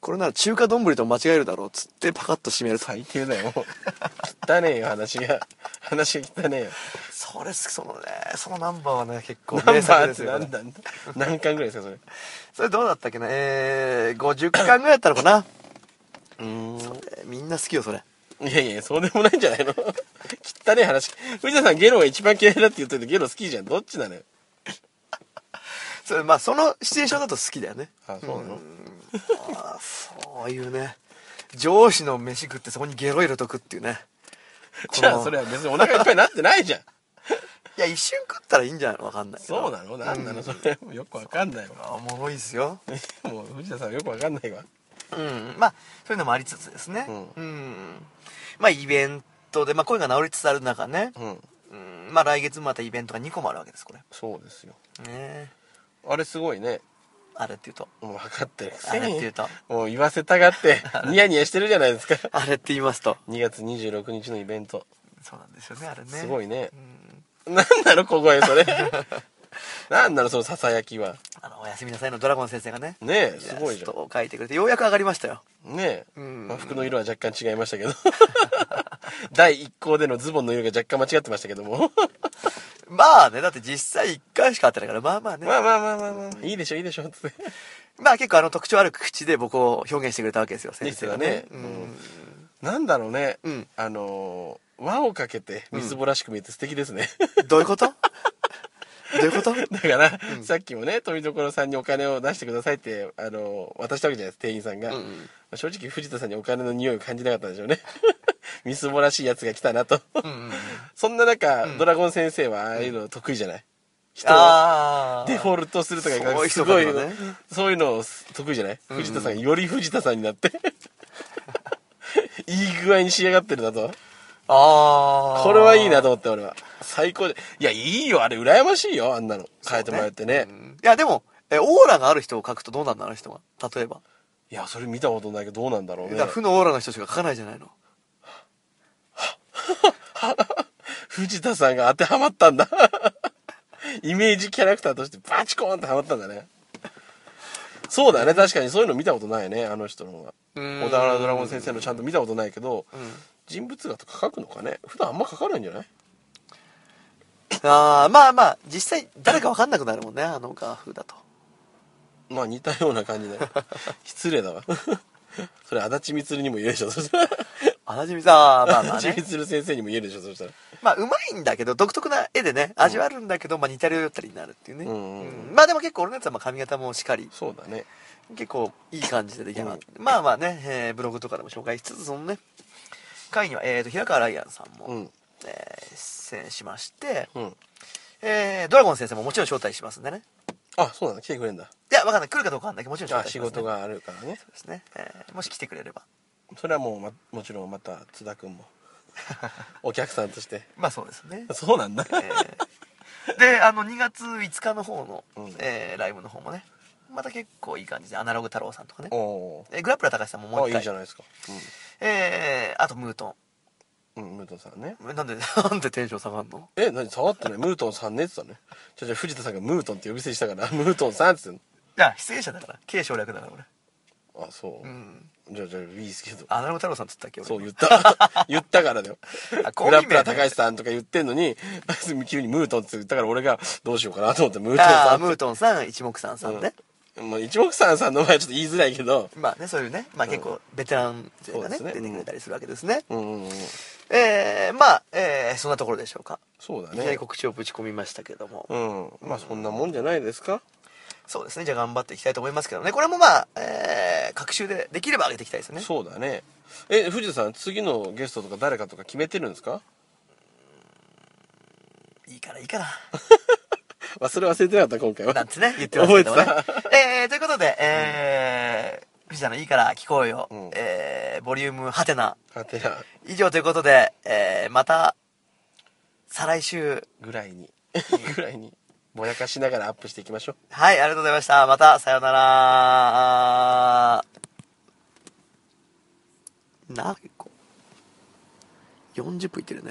[SPEAKER 1] これなら中華丼と間違えるだろうっつってパカッと閉めると
[SPEAKER 2] 最低だよ。汚ねえよ、話が。話が汚ねえよ。
[SPEAKER 1] それそのねそのナンバーはね結構
[SPEAKER 2] ナンバ
[SPEAKER 1] 名作
[SPEAKER 2] ー
[SPEAKER 1] で
[SPEAKER 2] っ
[SPEAKER 1] す
[SPEAKER 2] て
[SPEAKER 1] よこれ
[SPEAKER 2] 何なんだ何巻ぐらいですか、それ。
[SPEAKER 1] それどうだったっけなえー、50巻ぐらいだったのかな、
[SPEAKER 2] うーん。
[SPEAKER 1] えーみんな好きよそれ
[SPEAKER 2] いやいや、そうでもないんじゃないの汚ねえ話。藤田さん、ゲロが一番嫌いだって言っといて、ゲロ好きじゃん。どっちなのよ。
[SPEAKER 1] それまあそのシチュエーションだと好きだよね
[SPEAKER 2] あ、そうなの、
[SPEAKER 1] あーそういうね上司の飯食ってそこにゲロ入れとくっていうね
[SPEAKER 2] じゃあ、それは別にお腹いっぱいになってないじゃん。
[SPEAKER 1] いや一瞬食ったらいいんじゃないのわかんないけど
[SPEAKER 2] そうなのなんなのそれ。よくわかんないわ。
[SPEAKER 1] あおもろいっすよ
[SPEAKER 2] もう、藤田さん、よくわかんないわ。
[SPEAKER 1] うんまあそういうのもありつつですね
[SPEAKER 2] う
[SPEAKER 1] うんまあイベントで、まあ、声が治りつつある中ね、
[SPEAKER 2] うん。
[SPEAKER 1] うん、まあ来月またイベントが2個もあるわけですこれ
[SPEAKER 2] そうですよ。
[SPEAKER 1] ね
[SPEAKER 2] あれすごいね。
[SPEAKER 1] あれっていうと
[SPEAKER 2] もう分かってるく
[SPEAKER 1] あ
[SPEAKER 2] せ
[SPEAKER 1] れって
[SPEAKER 2] に
[SPEAKER 1] いうと
[SPEAKER 2] もう言わせたが って、ニヤニヤしてるじゃないですか。
[SPEAKER 1] あれって言いますと
[SPEAKER 2] 2月26日のイベント。
[SPEAKER 1] そうなんですよねあれね
[SPEAKER 2] すごいね
[SPEAKER 1] う。ん
[SPEAKER 2] なんなの小声 それ。なんなのそのささやきは。
[SPEAKER 1] あのおやすみなさいのドラゴン先生がね
[SPEAKER 2] ねえ、
[SPEAKER 1] イ
[SPEAKER 2] す
[SPEAKER 1] ラ
[SPEAKER 2] ごいじ
[SPEAKER 1] ス
[SPEAKER 2] ゃ
[SPEAKER 1] トを描いてくれてようやく上がりましたよ
[SPEAKER 2] ん。ねえ、
[SPEAKER 1] うん
[SPEAKER 2] まあ服の色は若干違いましたけど。 第1項でのズボンの色が若干間違ってましたけども。
[SPEAKER 1] まあねだって実際1回しか会ってないからまあまあね
[SPEAKER 2] まあまあまあまあまあ、いいでしょいいでしょつって。
[SPEAKER 1] まあ結構あの特徴ある口で僕を表現してくれたわけですよ先
[SPEAKER 2] です
[SPEAKER 1] 生
[SPEAKER 2] よ
[SPEAKER 1] が
[SPEAKER 2] ね
[SPEAKER 1] ね。
[SPEAKER 2] う
[SPEAKER 1] うんん
[SPEAKER 2] なんだろうね。
[SPEAKER 1] うん
[SPEAKER 2] あのー輪をかけて、みすぼらしく見えて素敵ですね。
[SPEAKER 1] どういうことどういうこと
[SPEAKER 2] だから、さっきもね富所さんにお金を出してくださいってあの渡したわけじゃないです店員さんが、
[SPEAKER 1] うんうん
[SPEAKER 2] まあ正直藤田さんにお金の匂いを感じなかったんでしょうね みすぼらしいやつが来たなと
[SPEAKER 1] うんうんうん
[SPEAKER 2] そんな中、ドラゴン先生はああいうの得意じゃない、 人を
[SPEAKER 1] ああ
[SPEAKER 2] デフォルトするとか
[SPEAKER 1] そういう
[SPEAKER 2] す
[SPEAKER 1] 人
[SPEAKER 2] ご
[SPEAKER 1] が
[SPEAKER 2] い
[SPEAKER 1] いるのね
[SPEAKER 2] そういうの得意じゃない、藤田さんがより藤田さんになって いい具合に仕上がってるなと
[SPEAKER 1] ああ
[SPEAKER 2] これはいいなと思って俺は最高でいやいいよあれ羨ましいよあんなの変えてもらえてね
[SPEAKER 1] うんいやでもえオーラがある人を描くとどうなんだあの人が例えば
[SPEAKER 2] いやそれ見たことないけどどうなんだろう
[SPEAKER 1] だ
[SPEAKER 2] ね
[SPEAKER 1] から負のオーラの人しか描かないじゃないの
[SPEAKER 2] 藤田さんが当てはまったんだ イメージキャラクターとしてバチコーンってはまったんだねそうだね確かにそういうの見たことないねあの人の方が
[SPEAKER 1] うん
[SPEAKER 2] 小田原ドラゴン先生のちゃんと見たことないけど、人物画とか描くのかね普段あんま描かないんじゃない
[SPEAKER 1] ああまあまあ実際誰か分かんなくなるもんねあの画風だと
[SPEAKER 2] まあ似たような感 じだよ失礼だわ それ足立光にも言 えるでしょそしたら
[SPEAKER 1] あなじみさまあまあ
[SPEAKER 2] 足立
[SPEAKER 1] ね
[SPEAKER 2] 光先生にも言えるでしょそしたら
[SPEAKER 1] まあうまいんだけど独特な絵でね味わるんだけど、まあ似たり寄ったりになるっていうね、
[SPEAKER 2] うんうん
[SPEAKER 1] まあでも結構俺のやつはまあ髪型もしっかり
[SPEAKER 2] そうだね
[SPEAKER 1] 結構いい感じで出来上がって、まあまあね、えーブログとかでも紹介しつつそのね会には、えー、と平川ライアンさんも、
[SPEAKER 2] うん
[SPEAKER 1] えー出演しまして、
[SPEAKER 2] うん
[SPEAKER 1] えードラゴン先生ももちろん招待しますんでね
[SPEAKER 2] あそうなんだ来てくれんだ
[SPEAKER 1] いやわかんない来るかどうかわかんないけどもちろん招
[SPEAKER 2] あ
[SPEAKER 1] 待し
[SPEAKER 2] 仕
[SPEAKER 1] ます、ね、
[SPEAKER 2] 事があるからね
[SPEAKER 1] そうですね、えーもし来てくれれば
[SPEAKER 2] それはもう、ま、もちろんまた津田君もお客さんとして
[SPEAKER 1] まあそうですね
[SPEAKER 2] そうなんだ
[SPEAKER 1] えーであの2月5日の方の、
[SPEAKER 2] うん
[SPEAKER 1] えーライブの方もねまた結構いい感じでアナログ太郎さんとかね
[SPEAKER 2] おお
[SPEAKER 1] えーグラップラ高橋さんもも
[SPEAKER 2] あ
[SPEAKER 1] う一
[SPEAKER 2] いい
[SPEAKER 1] 回
[SPEAKER 2] じゃないですか
[SPEAKER 1] えーあとムート
[SPEAKER 2] うん、うん、ムートンさんね
[SPEAKER 1] ンなんで なんでテンション下がんの
[SPEAKER 2] え何触ってないムートンさんねって言ったねじゃじゃ藤田さんがムートンって呼び捨てしたから ムートンさんって言っ
[SPEAKER 1] いや出演者だから軽省略だから俺
[SPEAKER 2] てんのあそう、
[SPEAKER 1] うん
[SPEAKER 2] じゃあじゃあいいですけど
[SPEAKER 1] アナログ太郎さんっつったっけ俺
[SPEAKER 2] そう言った言った からだよ
[SPEAKER 1] あコン
[SPEAKER 2] グ
[SPEAKER 1] ビ名ね
[SPEAKER 2] ラップラ高橋さんとか言ってんのに急にムートンって言ったから俺がどうしようかなと思ってムートン
[SPEAKER 1] あ
[SPEAKER 2] さ
[SPEAKER 1] ー
[SPEAKER 2] んっ
[SPEAKER 1] ムートンさん一目散さんね、
[SPEAKER 2] て、まあ、一目散さんの前はちょっと言いづらいけど
[SPEAKER 1] まあねそういうねまあ結構ベテラン勢がね,、
[SPEAKER 2] そうですね
[SPEAKER 1] 出てくれたりするわけですね、
[SPEAKER 2] うんうんうん
[SPEAKER 1] えーまあ、えーそんなところでしょうか
[SPEAKER 2] そうだ
[SPEAKER 1] いきなり
[SPEAKER 2] ね
[SPEAKER 1] 告知をぶち込みましたけども、
[SPEAKER 2] うんまあそんなもんじゃないですか
[SPEAKER 1] そうですねじゃあ頑張っていきたいと思いますけどねこれもまあ、えー、各週でできれば上げていきたいですよね
[SPEAKER 2] そうだねえ藤田さん次のゲストとか誰かとか決めてるんですか、
[SPEAKER 1] いいからいいから
[SPEAKER 2] まあ、それ忘れてなかった今回は
[SPEAKER 1] なんて ね言ってますけどもね
[SPEAKER 2] 覚
[SPEAKER 1] えー、ということでえー藤田のいいから聞こうよ、
[SPEAKER 2] うん
[SPEAKER 1] えー、ボリュームハテナ
[SPEAKER 2] はてな
[SPEAKER 1] 以上ということで、えー、また再来週
[SPEAKER 2] ぐらいに ぐらいにぼやかしながらアップしていきましょう
[SPEAKER 1] はいありがとうございましたまたさようならな40分いってるね